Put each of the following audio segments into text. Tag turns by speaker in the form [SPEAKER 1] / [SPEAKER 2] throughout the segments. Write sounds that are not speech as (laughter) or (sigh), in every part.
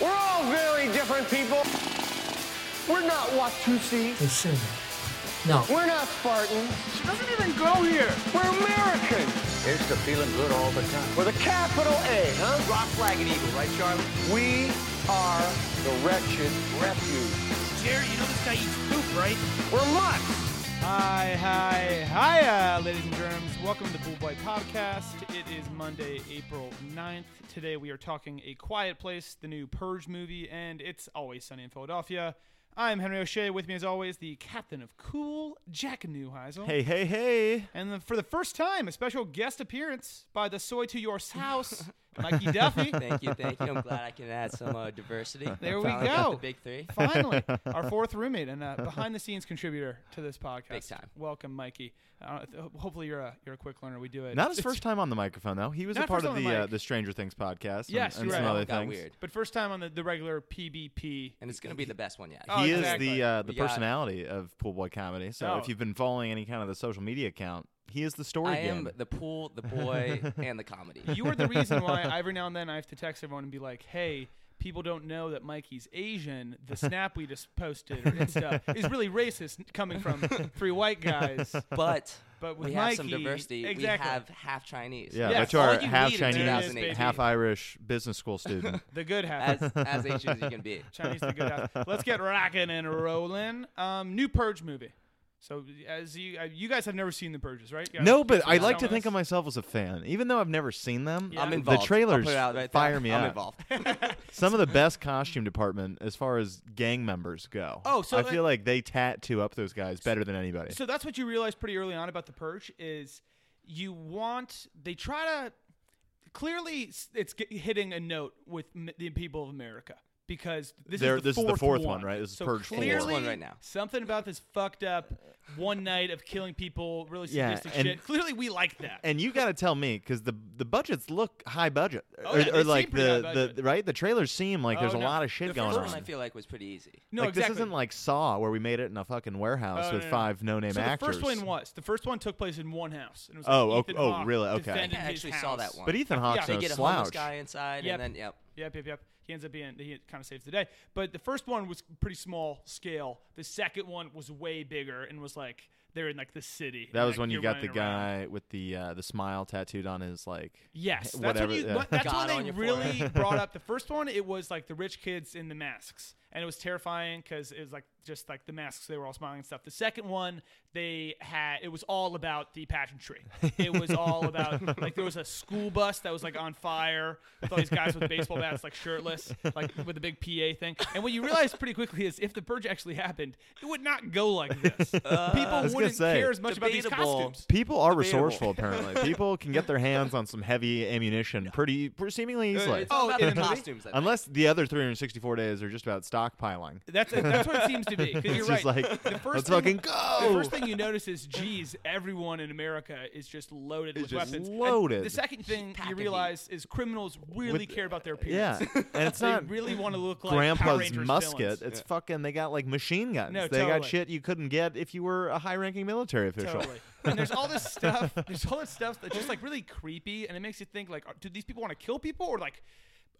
[SPEAKER 1] We're all very different people. We're not Watusi.
[SPEAKER 2] They should No.
[SPEAKER 1] We're not Spartan.
[SPEAKER 3] She doesn't even go here.
[SPEAKER 1] We're American.
[SPEAKER 4] Here's to feeling good all the time.
[SPEAKER 1] With a capital A, huh?
[SPEAKER 3] Rock, flag, and eagle, right, Charlie?
[SPEAKER 1] We are the wretched refuge.
[SPEAKER 3] Jerry, you know this guy eats poop, right?
[SPEAKER 1] We're mutts.
[SPEAKER 5] Hi, hi, hiya, ladies and germs. Welcome to the Bull Boy Podcast. It is Monday, April 9th. Today we are talking A Quiet Place, the new Purge movie, and it's always sunny in Philadelphia. I'm Henry O'Shea. With me, as always, the captain of cool, Jack Neuheisel.
[SPEAKER 6] Hey, hey, hey.
[SPEAKER 5] And the, for the first time, a special guest appearance by the Soy to Your
[SPEAKER 6] (laughs)
[SPEAKER 5] House, Mikey Duffy.
[SPEAKER 7] Thank you, thank you. I'm glad I can add some uh, diversity.
[SPEAKER 5] (laughs) There we
[SPEAKER 7] Finally got
[SPEAKER 5] go.
[SPEAKER 7] The big three.
[SPEAKER 6] (laughs)
[SPEAKER 5] Finally, our fourth roommate and uh, behind-the-scenes contributor to this podcast.
[SPEAKER 7] Big time.
[SPEAKER 5] Welcome, Mikey. Uh, th- hopefully, you're a you're a quick learner. We do it.
[SPEAKER 6] Not his
[SPEAKER 5] it's-
[SPEAKER 6] first time on the microphone though. He was a
[SPEAKER 5] Not
[SPEAKER 6] part
[SPEAKER 5] first
[SPEAKER 6] of
[SPEAKER 5] on
[SPEAKER 6] the
[SPEAKER 5] the
[SPEAKER 6] uh,
[SPEAKER 5] mic.
[SPEAKER 6] the Stranger Things podcast. and-
[SPEAKER 5] Yes,
[SPEAKER 6] and,
[SPEAKER 5] you're
[SPEAKER 6] some
[SPEAKER 5] right.
[SPEAKER 6] other
[SPEAKER 7] It got
[SPEAKER 6] things.
[SPEAKER 7] weird.
[SPEAKER 5] but first time on the, the regular PBP.
[SPEAKER 7] And it's going to be the best one yet.
[SPEAKER 5] Oh,
[SPEAKER 6] he is
[SPEAKER 5] exactly.
[SPEAKER 6] the uh, the
[SPEAKER 7] We got-
[SPEAKER 6] personality of Pool Boy Comedy. So
[SPEAKER 5] Oh.
[SPEAKER 6] if you've been following any kind of the social media account, he is the story.
[SPEAKER 7] I am
[SPEAKER 6] game.
[SPEAKER 7] the pool, the
[SPEAKER 6] (laughs)
[SPEAKER 7] boy, and the comedy.
[SPEAKER 5] You are the reason why every now and then I have to text everyone and be like, hey, people don't know that Mikey's Asian. The snap we just posted or
[SPEAKER 6] (laughs)
[SPEAKER 5] Insta is really racist coming from three white guys.
[SPEAKER 7] But
[SPEAKER 5] But (laughs) with
[SPEAKER 7] we have some
[SPEAKER 5] Mikey-
[SPEAKER 7] diversity.
[SPEAKER 5] exactly.
[SPEAKER 7] We have half Chinese.
[SPEAKER 6] yeah,
[SPEAKER 5] Yes.
[SPEAKER 6] but you are
[SPEAKER 7] All you
[SPEAKER 6] half
[SPEAKER 7] need is
[SPEAKER 6] Chinese,
[SPEAKER 7] 2008.
[SPEAKER 6] half Irish business school
[SPEAKER 7] (laughs)
[SPEAKER 6] student.
[SPEAKER 5] The good half.
[SPEAKER 7] (laughs) As, as Asian as you can be.
[SPEAKER 5] Chinese the good half. Let's get rocking and rolling. Um, new Purge movie. So as you uh, you guys have never seen the Purges, right? You guys-
[SPEAKER 6] no, but
[SPEAKER 5] some
[SPEAKER 6] I like to
[SPEAKER 5] someone
[SPEAKER 6] think of
[SPEAKER 5] else?
[SPEAKER 6] myself as a fan, even though I've never seen them.
[SPEAKER 5] Yeah.
[SPEAKER 7] I'm
[SPEAKER 5] The
[SPEAKER 7] involved.
[SPEAKER 6] The trailers
[SPEAKER 7] I'll put it out right there.
[SPEAKER 6] fire me
[SPEAKER 7] I'm
[SPEAKER 6] up. (laughs)
[SPEAKER 7] involved.
[SPEAKER 6] Some of the best costume department as far as gang members go.
[SPEAKER 5] Oh, so
[SPEAKER 6] I
[SPEAKER 5] like-
[SPEAKER 6] feel like they tattoo up those guys better than anybody.
[SPEAKER 5] So that's what you realize pretty early on about the purge is you want they try to clearly s- it's g- hitting a note with m- the people of America because this
[SPEAKER 6] There-
[SPEAKER 5] is the
[SPEAKER 6] this is
[SPEAKER 5] fourth
[SPEAKER 6] the fourth one, right? This is
[SPEAKER 5] so
[SPEAKER 6] Purge four.
[SPEAKER 5] clearly
[SPEAKER 7] Fourth one right now.
[SPEAKER 5] Something about this fucked up one night of killing people, really
[SPEAKER 6] Yeah,
[SPEAKER 5] sadistic
[SPEAKER 6] and-
[SPEAKER 5] shit. Clearly, we like that.
[SPEAKER 6] and you got to tell me because the the budgets look high budget,
[SPEAKER 5] Oh,
[SPEAKER 6] or,
[SPEAKER 5] yeah, they
[SPEAKER 6] or
[SPEAKER 5] seem
[SPEAKER 6] like
[SPEAKER 5] pretty high
[SPEAKER 6] the,
[SPEAKER 5] budget.
[SPEAKER 6] the right the trailers seem like there's
[SPEAKER 5] Oh,
[SPEAKER 6] a
[SPEAKER 5] no.
[SPEAKER 6] lot of shit
[SPEAKER 5] The
[SPEAKER 6] going
[SPEAKER 7] First
[SPEAKER 6] on.
[SPEAKER 7] one I feel like was pretty easy.
[SPEAKER 5] no,
[SPEAKER 6] like
[SPEAKER 5] exactly.
[SPEAKER 6] this isn't like Saw where we made it in a fucking warehouse
[SPEAKER 5] Oh,
[SPEAKER 6] with
[SPEAKER 5] no, no.
[SPEAKER 6] five no name
[SPEAKER 5] so
[SPEAKER 6] actors.
[SPEAKER 5] The first one was the first one took place in one house. And it was
[SPEAKER 6] Oh,
[SPEAKER 5] like
[SPEAKER 6] okay-
[SPEAKER 5] Ethan
[SPEAKER 6] oh,
[SPEAKER 5] Hawke
[SPEAKER 6] really? Okay.
[SPEAKER 5] defended
[SPEAKER 7] I
[SPEAKER 5] his
[SPEAKER 7] actually saw that
[SPEAKER 5] house.
[SPEAKER 7] one.
[SPEAKER 6] but Ethan Hawke's
[SPEAKER 7] they
[SPEAKER 6] no
[SPEAKER 7] get a homeless
[SPEAKER 6] slouch.
[SPEAKER 7] guy inside,
[SPEAKER 5] Yep.
[SPEAKER 7] and then yep.
[SPEAKER 5] Yep, yep, yep. He ends up being he kind of saves the day. But the first one was pretty small scale. The second one was way bigger and was like they're in like the city.
[SPEAKER 6] That
[SPEAKER 5] and,
[SPEAKER 6] was
[SPEAKER 5] like,
[SPEAKER 6] when you
[SPEAKER 5] you're
[SPEAKER 6] got the
[SPEAKER 5] running around.
[SPEAKER 6] guy with the uh, the smile tattooed on his like.
[SPEAKER 5] Yes, that's
[SPEAKER 6] whatever,
[SPEAKER 5] when you.
[SPEAKER 6] yeah.
[SPEAKER 5] what- That's
[SPEAKER 7] God
[SPEAKER 5] when
[SPEAKER 7] on
[SPEAKER 5] they
[SPEAKER 7] your
[SPEAKER 5] really
[SPEAKER 7] forehead.
[SPEAKER 5] (laughs) brought up the first one. It was like the rich kids in the masks, and it was terrifying because it was like just like the masks. They were all smiling and stuff. The second one, they had it was all about the pageantry. It was all
[SPEAKER 6] (laughs)
[SPEAKER 5] about like there was a school bus that was like on fire with all these guys with baseball bats, like shirtless, like with a big PA thing. And what you realize pretty quickly is if the purge actually happened, it would not go like
[SPEAKER 6] (laughs)
[SPEAKER 5] this.
[SPEAKER 6] Uh, I was
[SPEAKER 5] People
[SPEAKER 6] gonna
[SPEAKER 5] wouldn't
[SPEAKER 6] say,
[SPEAKER 5] care as much about these
[SPEAKER 7] debatable.
[SPEAKER 5] costumes.
[SPEAKER 6] People are
[SPEAKER 7] Debatable.
[SPEAKER 5] (laughs)
[SPEAKER 6] resourceful, apparently. People can get their hands on some heavy ammunition pretty, pretty seemingly easily.
[SPEAKER 7] It's all (laughs)
[SPEAKER 5] Oh,
[SPEAKER 7] about
[SPEAKER 5] in (laughs)
[SPEAKER 7] the
[SPEAKER 5] the movie?
[SPEAKER 7] costumes. I think.
[SPEAKER 6] Unless the other 364 days are just about stockpiling.
[SPEAKER 5] That's that's what it seems to be. 'cause you're
[SPEAKER 6] (laughs) It's
[SPEAKER 5] right.
[SPEAKER 6] just like,
[SPEAKER 5] the first
[SPEAKER 6] let's
[SPEAKER 5] thing-
[SPEAKER 6] fucking go.
[SPEAKER 5] The first thing you notice is, geez, everyone in America is just loaded with
[SPEAKER 6] just
[SPEAKER 5] weapons. And
[SPEAKER 6] loaded.
[SPEAKER 5] the second thing
[SPEAKER 7] Pack
[SPEAKER 5] you
[SPEAKER 7] of heat.
[SPEAKER 5] realize is criminals really
[SPEAKER 6] With-
[SPEAKER 5] care about their
[SPEAKER 6] Yeah,
[SPEAKER 5] appearance.
[SPEAKER 6] and
[SPEAKER 5] (laughs)
[SPEAKER 6] it's
[SPEAKER 5] they
[SPEAKER 6] not
[SPEAKER 5] really want to look like Power
[SPEAKER 6] grandpa's
[SPEAKER 5] Rangers
[SPEAKER 6] musket.
[SPEAKER 5] villains.
[SPEAKER 6] It's fucking. They got like machine guns.
[SPEAKER 5] No,
[SPEAKER 6] they got
[SPEAKER 5] totally.
[SPEAKER 6] shit you couldn't get if you were a high-ranking military official.
[SPEAKER 5] Totally. and there's all this stuff. (laughs) There's all this stuff that's just like really creepy, and it makes you think like, are- do these people want to kill people or like?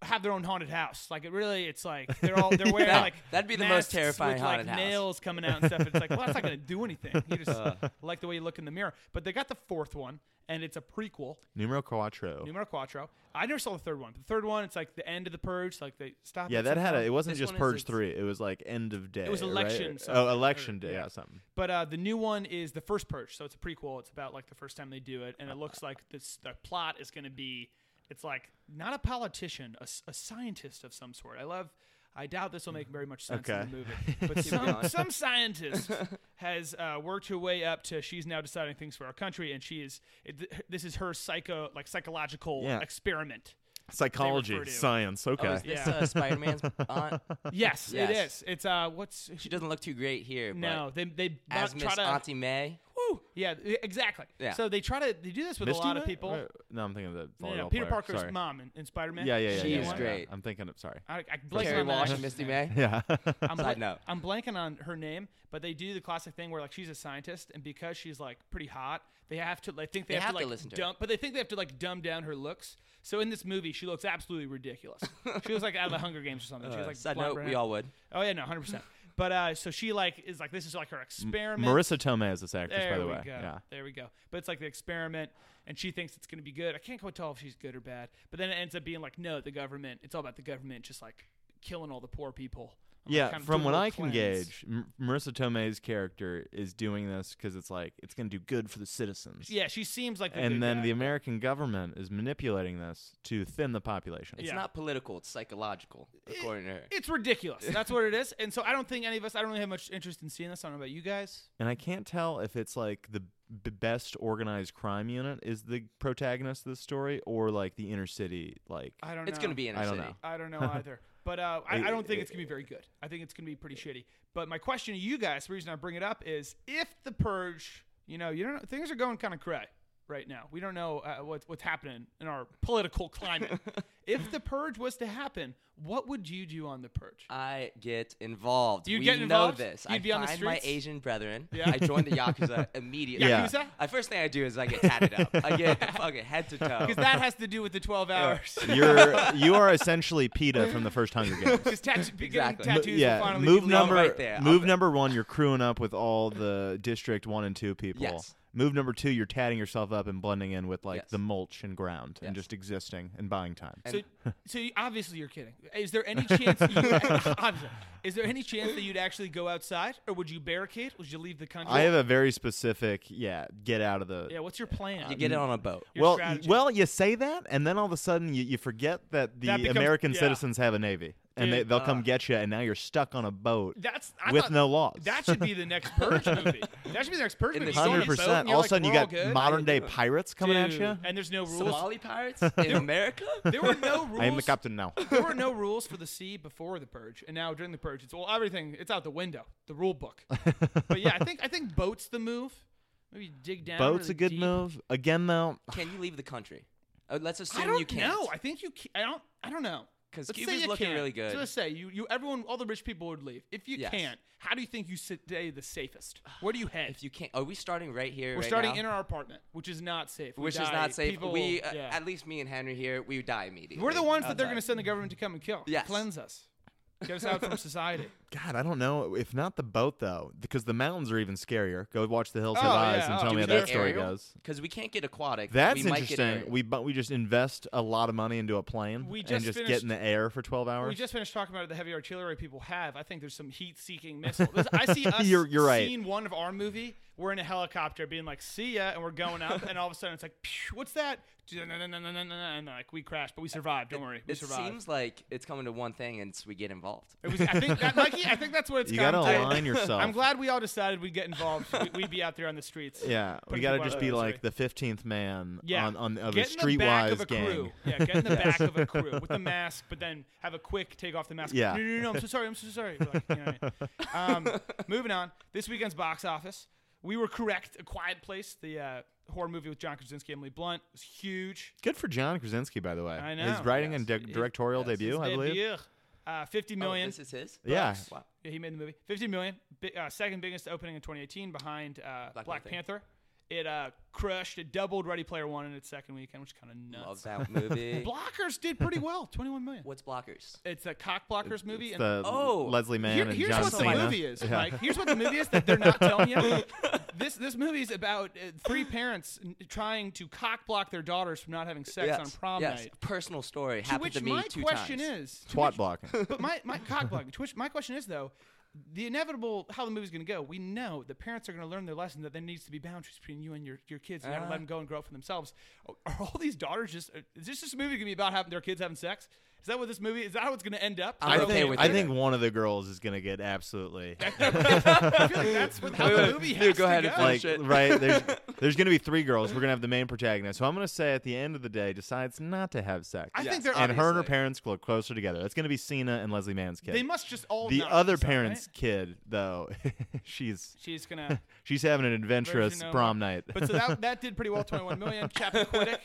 [SPEAKER 5] Have their own haunted house, like it really. It's like they're all they're
[SPEAKER 7] (laughs)
[SPEAKER 5] wearing
[SPEAKER 7] That-
[SPEAKER 5] like
[SPEAKER 7] that'd be the most
[SPEAKER 5] masks
[SPEAKER 7] terrifying
[SPEAKER 5] with,
[SPEAKER 7] haunted
[SPEAKER 5] like,
[SPEAKER 7] house. Uh.
[SPEAKER 5] Nails coming out and stuff. It's like well, that's not gonna do anything. You just like the way you look in the mirror. But they got the fourth one, and it's a prequel.
[SPEAKER 6] Numero quattro.
[SPEAKER 5] Numero Quattro. I never saw the third one. The third one, it's like the end of the purge. Like oh, they stop.
[SPEAKER 6] yeah,
[SPEAKER 5] at
[SPEAKER 6] that
[SPEAKER 5] some
[SPEAKER 6] had a.
[SPEAKER 5] point.
[SPEAKER 6] It wasn't
[SPEAKER 7] This
[SPEAKER 6] just
[SPEAKER 7] one is
[SPEAKER 6] Purge
[SPEAKER 7] ex-
[SPEAKER 6] three. It was like end of day.
[SPEAKER 5] was
[SPEAKER 6] right?
[SPEAKER 5] election something,
[SPEAKER 6] Oh,
[SPEAKER 5] or-
[SPEAKER 6] election day.
[SPEAKER 5] yeah.
[SPEAKER 6] Yeah, something.
[SPEAKER 5] But uh, the new one is the first purge, so it's a prequel. It's about like the first time they do it, and it looks like this. The plot is going to be, it's like not a politician, a, s- a scientist of some sort. I love. I doubt this will make very much sense in
[SPEAKER 6] Okay.
[SPEAKER 5] the
[SPEAKER 6] (laughs)
[SPEAKER 5] movie, (laughs) but some, some scientist has uh, worked her way up to. She's now deciding things for our country, and she is. It, this is her psycho, like psychological
[SPEAKER 6] Yeah. (laughs)
[SPEAKER 5] experiment.
[SPEAKER 6] Psychology,
[SPEAKER 5] to.
[SPEAKER 6] science. Okay.
[SPEAKER 7] Oh, is this
[SPEAKER 5] Yeah.
[SPEAKER 7] uh,
[SPEAKER 6] (laughs)
[SPEAKER 7] Spider-Man's aunt?
[SPEAKER 5] Yes, it
[SPEAKER 7] Yes.
[SPEAKER 5] is. It's uh, what's
[SPEAKER 7] She doesn't look too great here.
[SPEAKER 5] no? They they
[SPEAKER 7] but as
[SPEAKER 5] bu-
[SPEAKER 7] Miss
[SPEAKER 5] try to
[SPEAKER 7] Auntie May,
[SPEAKER 5] Woo! Yeah, e- exactly.
[SPEAKER 7] Yeah.
[SPEAKER 5] So they try to they do this with a
[SPEAKER 6] Misty
[SPEAKER 5] lot
[SPEAKER 6] Ma-
[SPEAKER 5] of people.
[SPEAKER 6] or- Uh, No, I'm thinking of the
[SPEAKER 5] No,
[SPEAKER 6] volleyball
[SPEAKER 5] no, Peter
[SPEAKER 6] player.
[SPEAKER 5] Parker's
[SPEAKER 6] Sorry.
[SPEAKER 5] mom in, in Spider Man.
[SPEAKER 6] Yeah, yeah, yeah.
[SPEAKER 7] She
[SPEAKER 6] yeah,
[SPEAKER 7] is
[SPEAKER 6] yeah.
[SPEAKER 7] great.
[SPEAKER 6] I'm thinking of sorry.
[SPEAKER 5] I, I blank
[SPEAKER 7] Carrie
[SPEAKER 5] on that
[SPEAKER 7] Walsh and
[SPEAKER 5] actress.
[SPEAKER 7] Misty May.
[SPEAKER 6] Yeah.
[SPEAKER 5] I'm,
[SPEAKER 7] Side
[SPEAKER 5] blank-
[SPEAKER 7] note.
[SPEAKER 5] I'm blanking on her name, but they do the classic thing where like she's a scientist, and because she's like pretty hot, they have to like think they,
[SPEAKER 7] They
[SPEAKER 5] have,
[SPEAKER 7] have to
[SPEAKER 5] like
[SPEAKER 7] listen to her.
[SPEAKER 5] dumb, but they think they have to like dumb down her looks. So in this movie, she looks absolutely ridiculous. she looks like out of the Hunger Games or something. She was like
[SPEAKER 7] Uh, Side
[SPEAKER 5] blonde
[SPEAKER 7] note, we
[SPEAKER 5] brunette.
[SPEAKER 7] all would.
[SPEAKER 5] Oh yeah, no, hundred percent. But uh, so she like is like this is like her experiment.
[SPEAKER 6] Marissa Tomei is this actress,
[SPEAKER 5] There
[SPEAKER 6] by the
[SPEAKER 5] we
[SPEAKER 6] way.
[SPEAKER 5] go.
[SPEAKER 6] Yeah.
[SPEAKER 5] There we go. But it's like the experiment, and she thinks it's going to be good. I can't quite tell if she's good or bad. But then it ends up being like, no, the government. It's all about the government, just like killing all the poor people. I'm like,
[SPEAKER 6] Yeah,
[SPEAKER 5] kind of
[SPEAKER 6] from
[SPEAKER 5] doing
[SPEAKER 6] what
[SPEAKER 5] a
[SPEAKER 6] I can
[SPEAKER 5] cleanse.
[SPEAKER 6] gauge, M- Marissa Tomei's character is doing this because it's like it's going to do good for the citizens.
[SPEAKER 5] Yeah, she seems like. The
[SPEAKER 6] And
[SPEAKER 5] good
[SPEAKER 6] then
[SPEAKER 5] guy.
[SPEAKER 6] the American government is manipulating this to thin the population.
[SPEAKER 7] It's
[SPEAKER 5] Yeah.
[SPEAKER 7] not political. It's psychological, according to her.
[SPEAKER 5] It's ridiculous. That's what it is. And so I don't think any of us. I don't really have much interest in seeing this. I don't know about you guys.
[SPEAKER 6] And I can't tell if it's like the b- best organized crime unit is the protagonist of this story or like the inner city. Like,
[SPEAKER 5] I don't.
[SPEAKER 7] It's
[SPEAKER 5] know.
[SPEAKER 7] going to be in
[SPEAKER 6] I
[SPEAKER 7] a
[SPEAKER 6] don't
[SPEAKER 7] city.
[SPEAKER 6] know.
[SPEAKER 5] I don't know either. But uh, I, I don't think it's going to be very good. I think it's going to be pretty shitty. But my question to you guys, the reason I bring it up is if the purge, you know, you don't know, things are going kind of cray right now. We don't know uh, what's what's happening in our political climate. if the purge was to happen, what would you do on the purge?
[SPEAKER 7] I get involved.
[SPEAKER 5] You
[SPEAKER 7] we
[SPEAKER 5] get involved?
[SPEAKER 7] know this.
[SPEAKER 5] You'd
[SPEAKER 7] I
[SPEAKER 5] be on the
[SPEAKER 7] find my
[SPEAKER 5] streets?
[SPEAKER 7] Asian brethren.
[SPEAKER 5] Yeah.
[SPEAKER 7] I join
[SPEAKER 5] (laughs)
[SPEAKER 7] the Yakuza immediately.
[SPEAKER 6] Yeah.
[SPEAKER 5] Yakuza?
[SPEAKER 7] The first thing I do is I get tatted up.
[SPEAKER 5] (laughs)
[SPEAKER 7] I get fucking head to toe.
[SPEAKER 5] Because that has to do with the twelve hours. (laughs)
[SPEAKER 6] You're you are essentially PETA from the first Hunger Games.
[SPEAKER 5] Just tattoo, getting
[SPEAKER 7] Exactly.
[SPEAKER 5] tattoos will
[SPEAKER 6] yeah,
[SPEAKER 5] finally
[SPEAKER 6] move
[SPEAKER 5] be legal.
[SPEAKER 6] number
[SPEAKER 7] right there. I'll
[SPEAKER 6] move
[SPEAKER 7] bet.
[SPEAKER 6] number one. You're crewing up with all the District One and Two people.
[SPEAKER 7] Yes.
[SPEAKER 6] Move number two, you're tatting yourself up and blending in with like
[SPEAKER 7] Yes.
[SPEAKER 6] the mulch and ground and
[SPEAKER 7] Yes.
[SPEAKER 6] just existing and (laughs) buying time.
[SPEAKER 5] So, so you, obviously you're kidding. Is there any chance? You, (laughs) obviously, is there any chance that you'd actually go outside, or would you barricade? Would you leave the country?
[SPEAKER 6] I have a very specific, yeah, get out of the.
[SPEAKER 5] yeah. What's your plan?
[SPEAKER 7] you get it on a boat.
[SPEAKER 5] your
[SPEAKER 6] well, y-
[SPEAKER 5] strategy.
[SPEAKER 6] well, you say that, and then all of a sudden you, you forget that the
[SPEAKER 5] That becomes-
[SPEAKER 6] American
[SPEAKER 5] yeah.
[SPEAKER 6] citizens have a navy, and they,
[SPEAKER 5] Dude, uh,
[SPEAKER 6] they'll come get you, and now you're stuck on a boat
[SPEAKER 5] That's I
[SPEAKER 6] with
[SPEAKER 5] thought-
[SPEAKER 6] no laws.
[SPEAKER 5] That should be the next
[SPEAKER 6] (laughs)
[SPEAKER 5] purge movie. That should be the next purge
[SPEAKER 7] In
[SPEAKER 5] movie.
[SPEAKER 7] the
[SPEAKER 5] You go on a
[SPEAKER 6] hundred
[SPEAKER 5] boat and
[SPEAKER 6] percent.
[SPEAKER 5] you're
[SPEAKER 6] All of
[SPEAKER 5] like,
[SPEAKER 6] a sudden you
[SPEAKER 5] "We're all
[SPEAKER 6] got
[SPEAKER 5] good."
[SPEAKER 6] modern day pirates coming at
[SPEAKER 5] Dude,
[SPEAKER 6] you.
[SPEAKER 5] and there's no rules.
[SPEAKER 7] Somali
[SPEAKER 5] (laughs)
[SPEAKER 7] pirates in America?
[SPEAKER 5] There were no rules.
[SPEAKER 6] I am the
[SPEAKER 5] (laughs)
[SPEAKER 6] captain now.
[SPEAKER 5] There were no rules for the sea before the purge, and now during the purge, it's well everything. It's out the window. The rule
[SPEAKER 6] (laughs)
[SPEAKER 5] book. but yeah, I think I think boats the move. Maybe you dig down.
[SPEAKER 6] Boat's
[SPEAKER 5] really
[SPEAKER 6] a good
[SPEAKER 5] deep.
[SPEAKER 6] move. Again, though,
[SPEAKER 7] Can you leave the country? Uh, let's assume
[SPEAKER 5] I don't
[SPEAKER 7] you can't.
[SPEAKER 5] know. I think you. Can, I don't. I don't know.
[SPEAKER 7] 'Cause
[SPEAKER 5] Let's say
[SPEAKER 7] Cuba's
[SPEAKER 5] you
[SPEAKER 7] looking
[SPEAKER 5] can.
[SPEAKER 7] really good.
[SPEAKER 5] So let's say you, you, everyone, all the rich people would leave. If you
[SPEAKER 7] Yes.
[SPEAKER 5] can't, how do you think you sit today the safest? Where do you head?
[SPEAKER 7] If you can't, are we starting right here?
[SPEAKER 5] We're
[SPEAKER 7] right
[SPEAKER 5] starting
[SPEAKER 7] now?
[SPEAKER 5] in our apartment, which is not safe. We
[SPEAKER 7] which is
[SPEAKER 5] die.
[SPEAKER 7] not safe.
[SPEAKER 5] People-
[SPEAKER 7] we, uh,
[SPEAKER 5] yeah.
[SPEAKER 7] at least me and Henry here, we die immediately.
[SPEAKER 5] we're the ones that they're
[SPEAKER 7] outside.
[SPEAKER 5] going to send the government to come and kill,
[SPEAKER 7] Yes.
[SPEAKER 5] cleanse us, get us
[SPEAKER 7] (laughs)
[SPEAKER 5] out from society.
[SPEAKER 6] God, I don't know. If not the boat, though, because the mountains are even scarier. Go watch The Hills Have
[SPEAKER 5] Oh,
[SPEAKER 6] Eyes
[SPEAKER 5] yeah.
[SPEAKER 6] and
[SPEAKER 5] Oh,
[SPEAKER 6] tell
[SPEAKER 5] do
[SPEAKER 6] me
[SPEAKER 5] we
[SPEAKER 6] how
[SPEAKER 5] get
[SPEAKER 6] that story
[SPEAKER 7] aerial?
[SPEAKER 6] goes.
[SPEAKER 7] Because we can't get aquatic.
[SPEAKER 6] That's
[SPEAKER 7] we might get
[SPEAKER 6] interesting.
[SPEAKER 7] aerial.
[SPEAKER 6] We bu- we just invest a lot of money into a plane
[SPEAKER 5] We
[SPEAKER 6] and
[SPEAKER 5] just
[SPEAKER 6] just get
[SPEAKER 5] finished-
[SPEAKER 6] in the air for twelve hours.
[SPEAKER 5] We just finished talking about the heavy artillery people have. I think there's some heat-seeking missile. This- I
[SPEAKER 6] (laughs)
[SPEAKER 5] see us
[SPEAKER 6] You're- you're right.
[SPEAKER 5] seeing one of our movie. We're in a helicopter, being like, "See ya," and we're going up, and all of a sudden it's like, "Phew, "What's that?" And like we crashed, but we survived. Don't worry, we
[SPEAKER 7] it
[SPEAKER 5] survived.
[SPEAKER 7] seems like it's coming to one thing, and it's we get involved.
[SPEAKER 5] It was, I think that, Mikey. I think that's what it's.
[SPEAKER 6] you gotta
[SPEAKER 5] come to.
[SPEAKER 6] align yourself.
[SPEAKER 5] I'm glad we all decided we'd get involved. We- We'd be out there on the streets.
[SPEAKER 6] Yeah, we
[SPEAKER 5] Putting
[SPEAKER 6] gotta
[SPEAKER 5] people out
[SPEAKER 6] just
[SPEAKER 5] of
[SPEAKER 6] be
[SPEAKER 5] their
[SPEAKER 6] like
[SPEAKER 5] misery.
[SPEAKER 6] the fifteenth man
[SPEAKER 5] yeah.
[SPEAKER 6] on on of a
[SPEAKER 5] get in the back of
[SPEAKER 6] streetwise
[SPEAKER 5] a
[SPEAKER 6] gang.
[SPEAKER 5] Crew. Yeah, get in the back of a crew
[SPEAKER 6] (laughs)
[SPEAKER 5] with a mask, but then have a quick take off the mask.
[SPEAKER 6] Yeah.
[SPEAKER 5] No, no, no, no, I'm so sorry. I'm so sorry. We're Like, you know what I mean? um,
[SPEAKER 6] (laughs)
[SPEAKER 5] moving on. This weekend's box office. We were correct. A Quiet Place, the uh, horror movie with John Krasinski and Emily Blunt, was huge.
[SPEAKER 6] Good for John Krasinski, by the way.
[SPEAKER 5] I know,
[SPEAKER 6] His writing
[SPEAKER 7] yes.
[SPEAKER 6] and di- directorial
[SPEAKER 7] yes, his
[SPEAKER 6] debut, I believe.
[SPEAKER 5] Debut, Uh, 50
[SPEAKER 7] Oh,
[SPEAKER 5] million.
[SPEAKER 7] this is his.
[SPEAKER 6] Yeah.
[SPEAKER 7] Wow.
[SPEAKER 5] Yeah, he made the movie. 50 million, bi- uh, second biggest opening in 2018 behind uh, Black,
[SPEAKER 7] Black
[SPEAKER 5] Panther.
[SPEAKER 7] Panther.
[SPEAKER 5] It uh, crushed. It doubled Ready Player One in its second weekend, which is kind of
[SPEAKER 7] Love
[SPEAKER 5] nuts.
[SPEAKER 7] that
[SPEAKER 5] (laughs)
[SPEAKER 7] movie.
[SPEAKER 5] Blockers did
[SPEAKER 6] (laughs)
[SPEAKER 5] pretty well, 21 million.
[SPEAKER 7] What's blockers?
[SPEAKER 5] It's a cock blockers movie.
[SPEAKER 6] It's
[SPEAKER 5] and
[SPEAKER 6] the
[SPEAKER 7] Oh,
[SPEAKER 6] Leslie Mann
[SPEAKER 5] Here-
[SPEAKER 6] and
[SPEAKER 5] here's
[SPEAKER 6] John
[SPEAKER 5] what
[SPEAKER 6] Cena.
[SPEAKER 5] the movie is,
[SPEAKER 6] Yeah.
[SPEAKER 5] Mike. Here's what the movie is that they're
[SPEAKER 6] (laughs)
[SPEAKER 5] not telling you. this this movie is about uh, three parents n- trying to cock block their daugers from not having sex
[SPEAKER 7] yes.
[SPEAKER 5] on prom
[SPEAKER 7] yes.
[SPEAKER 5] night.
[SPEAKER 7] Personal story
[SPEAKER 5] To
[SPEAKER 7] happened
[SPEAKER 5] which
[SPEAKER 7] to me
[SPEAKER 5] my
[SPEAKER 7] two
[SPEAKER 5] question
[SPEAKER 7] times.
[SPEAKER 5] is, to
[SPEAKER 6] Twat
[SPEAKER 5] which-
[SPEAKER 6] blocking.
[SPEAKER 5] but (laughs) my my cock block. Twitch. My question is though, the inevitable how the movie's going to go. We know the parents are going to learn their lesson that there needs to be boundaries between you and your, your kids. You never
[SPEAKER 7] Uh-huh.
[SPEAKER 5] uh, let them go and grow up for themselves. Are all these daughters just? Is this just a movie going to be about having their kids having sex? Is that what this movie? Is that how it's going to end up?
[SPEAKER 7] I'm
[SPEAKER 6] I
[SPEAKER 7] okay
[SPEAKER 6] think,
[SPEAKER 7] with
[SPEAKER 6] I
[SPEAKER 7] it.
[SPEAKER 6] think one of the girls is gonna get absolutely
[SPEAKER 5] I feel like that's
[SPEAKER 7] (laughs)
[SPEAKER 5] what, how
[SPEAKER 7] Wait,
[SPEAKER 5] the
[SPEAKER 7] wait,
[SPEAKER 5] movie
[SPEAKER 7] dude,
[SPEAKER 5] has
[SPEAKER 7] go
[SPEAKER 5] to
[SPEAKER 7] ahead
[SPEAKER 5] (laughs)
[SPEAKER 7] and
[SPEAKER 5] go.
[SPEAKER 7] finish.
[SPEAKER 6] like
[SPEAKER 7] shit.
[SPEAKER 6] right.
[SPEAKER 5] (laughs)
[SPEAKER 6] There's there's gonna be three girls. We're gonna have the main protagonist. So I'm gonna say at the end of the day decides not to have sex.
[SPEAKER 5] I think they're
[SPEAKER 6] and her and her
[SPEAKER 7] obviously.
[SPEAKER 6] parents grow closer together. That's gonna be Cena and Leslie Mann's kid.
[SPEAKER 5] They must just all
[SPEAKER 6] the
[SPEAKER 5] not
[SPEAKER 6] other
[SPEAKER 5] decide,
[SPEAKER 6] parent's
[SPEAKER 5] right?
[SPEAKER 6] kid though, (laughs) she's
[SPEAKER 7] (laughs)
[SPEAKER 5] She's gonna.
[SPEAKER 6] she's having an adventurous
[SPEAKER 5] version of-
[SPEAKER 6] prom night.
[SPEAKER 5] But so that that did pretty well. Twenty one million. Chappaquiddick.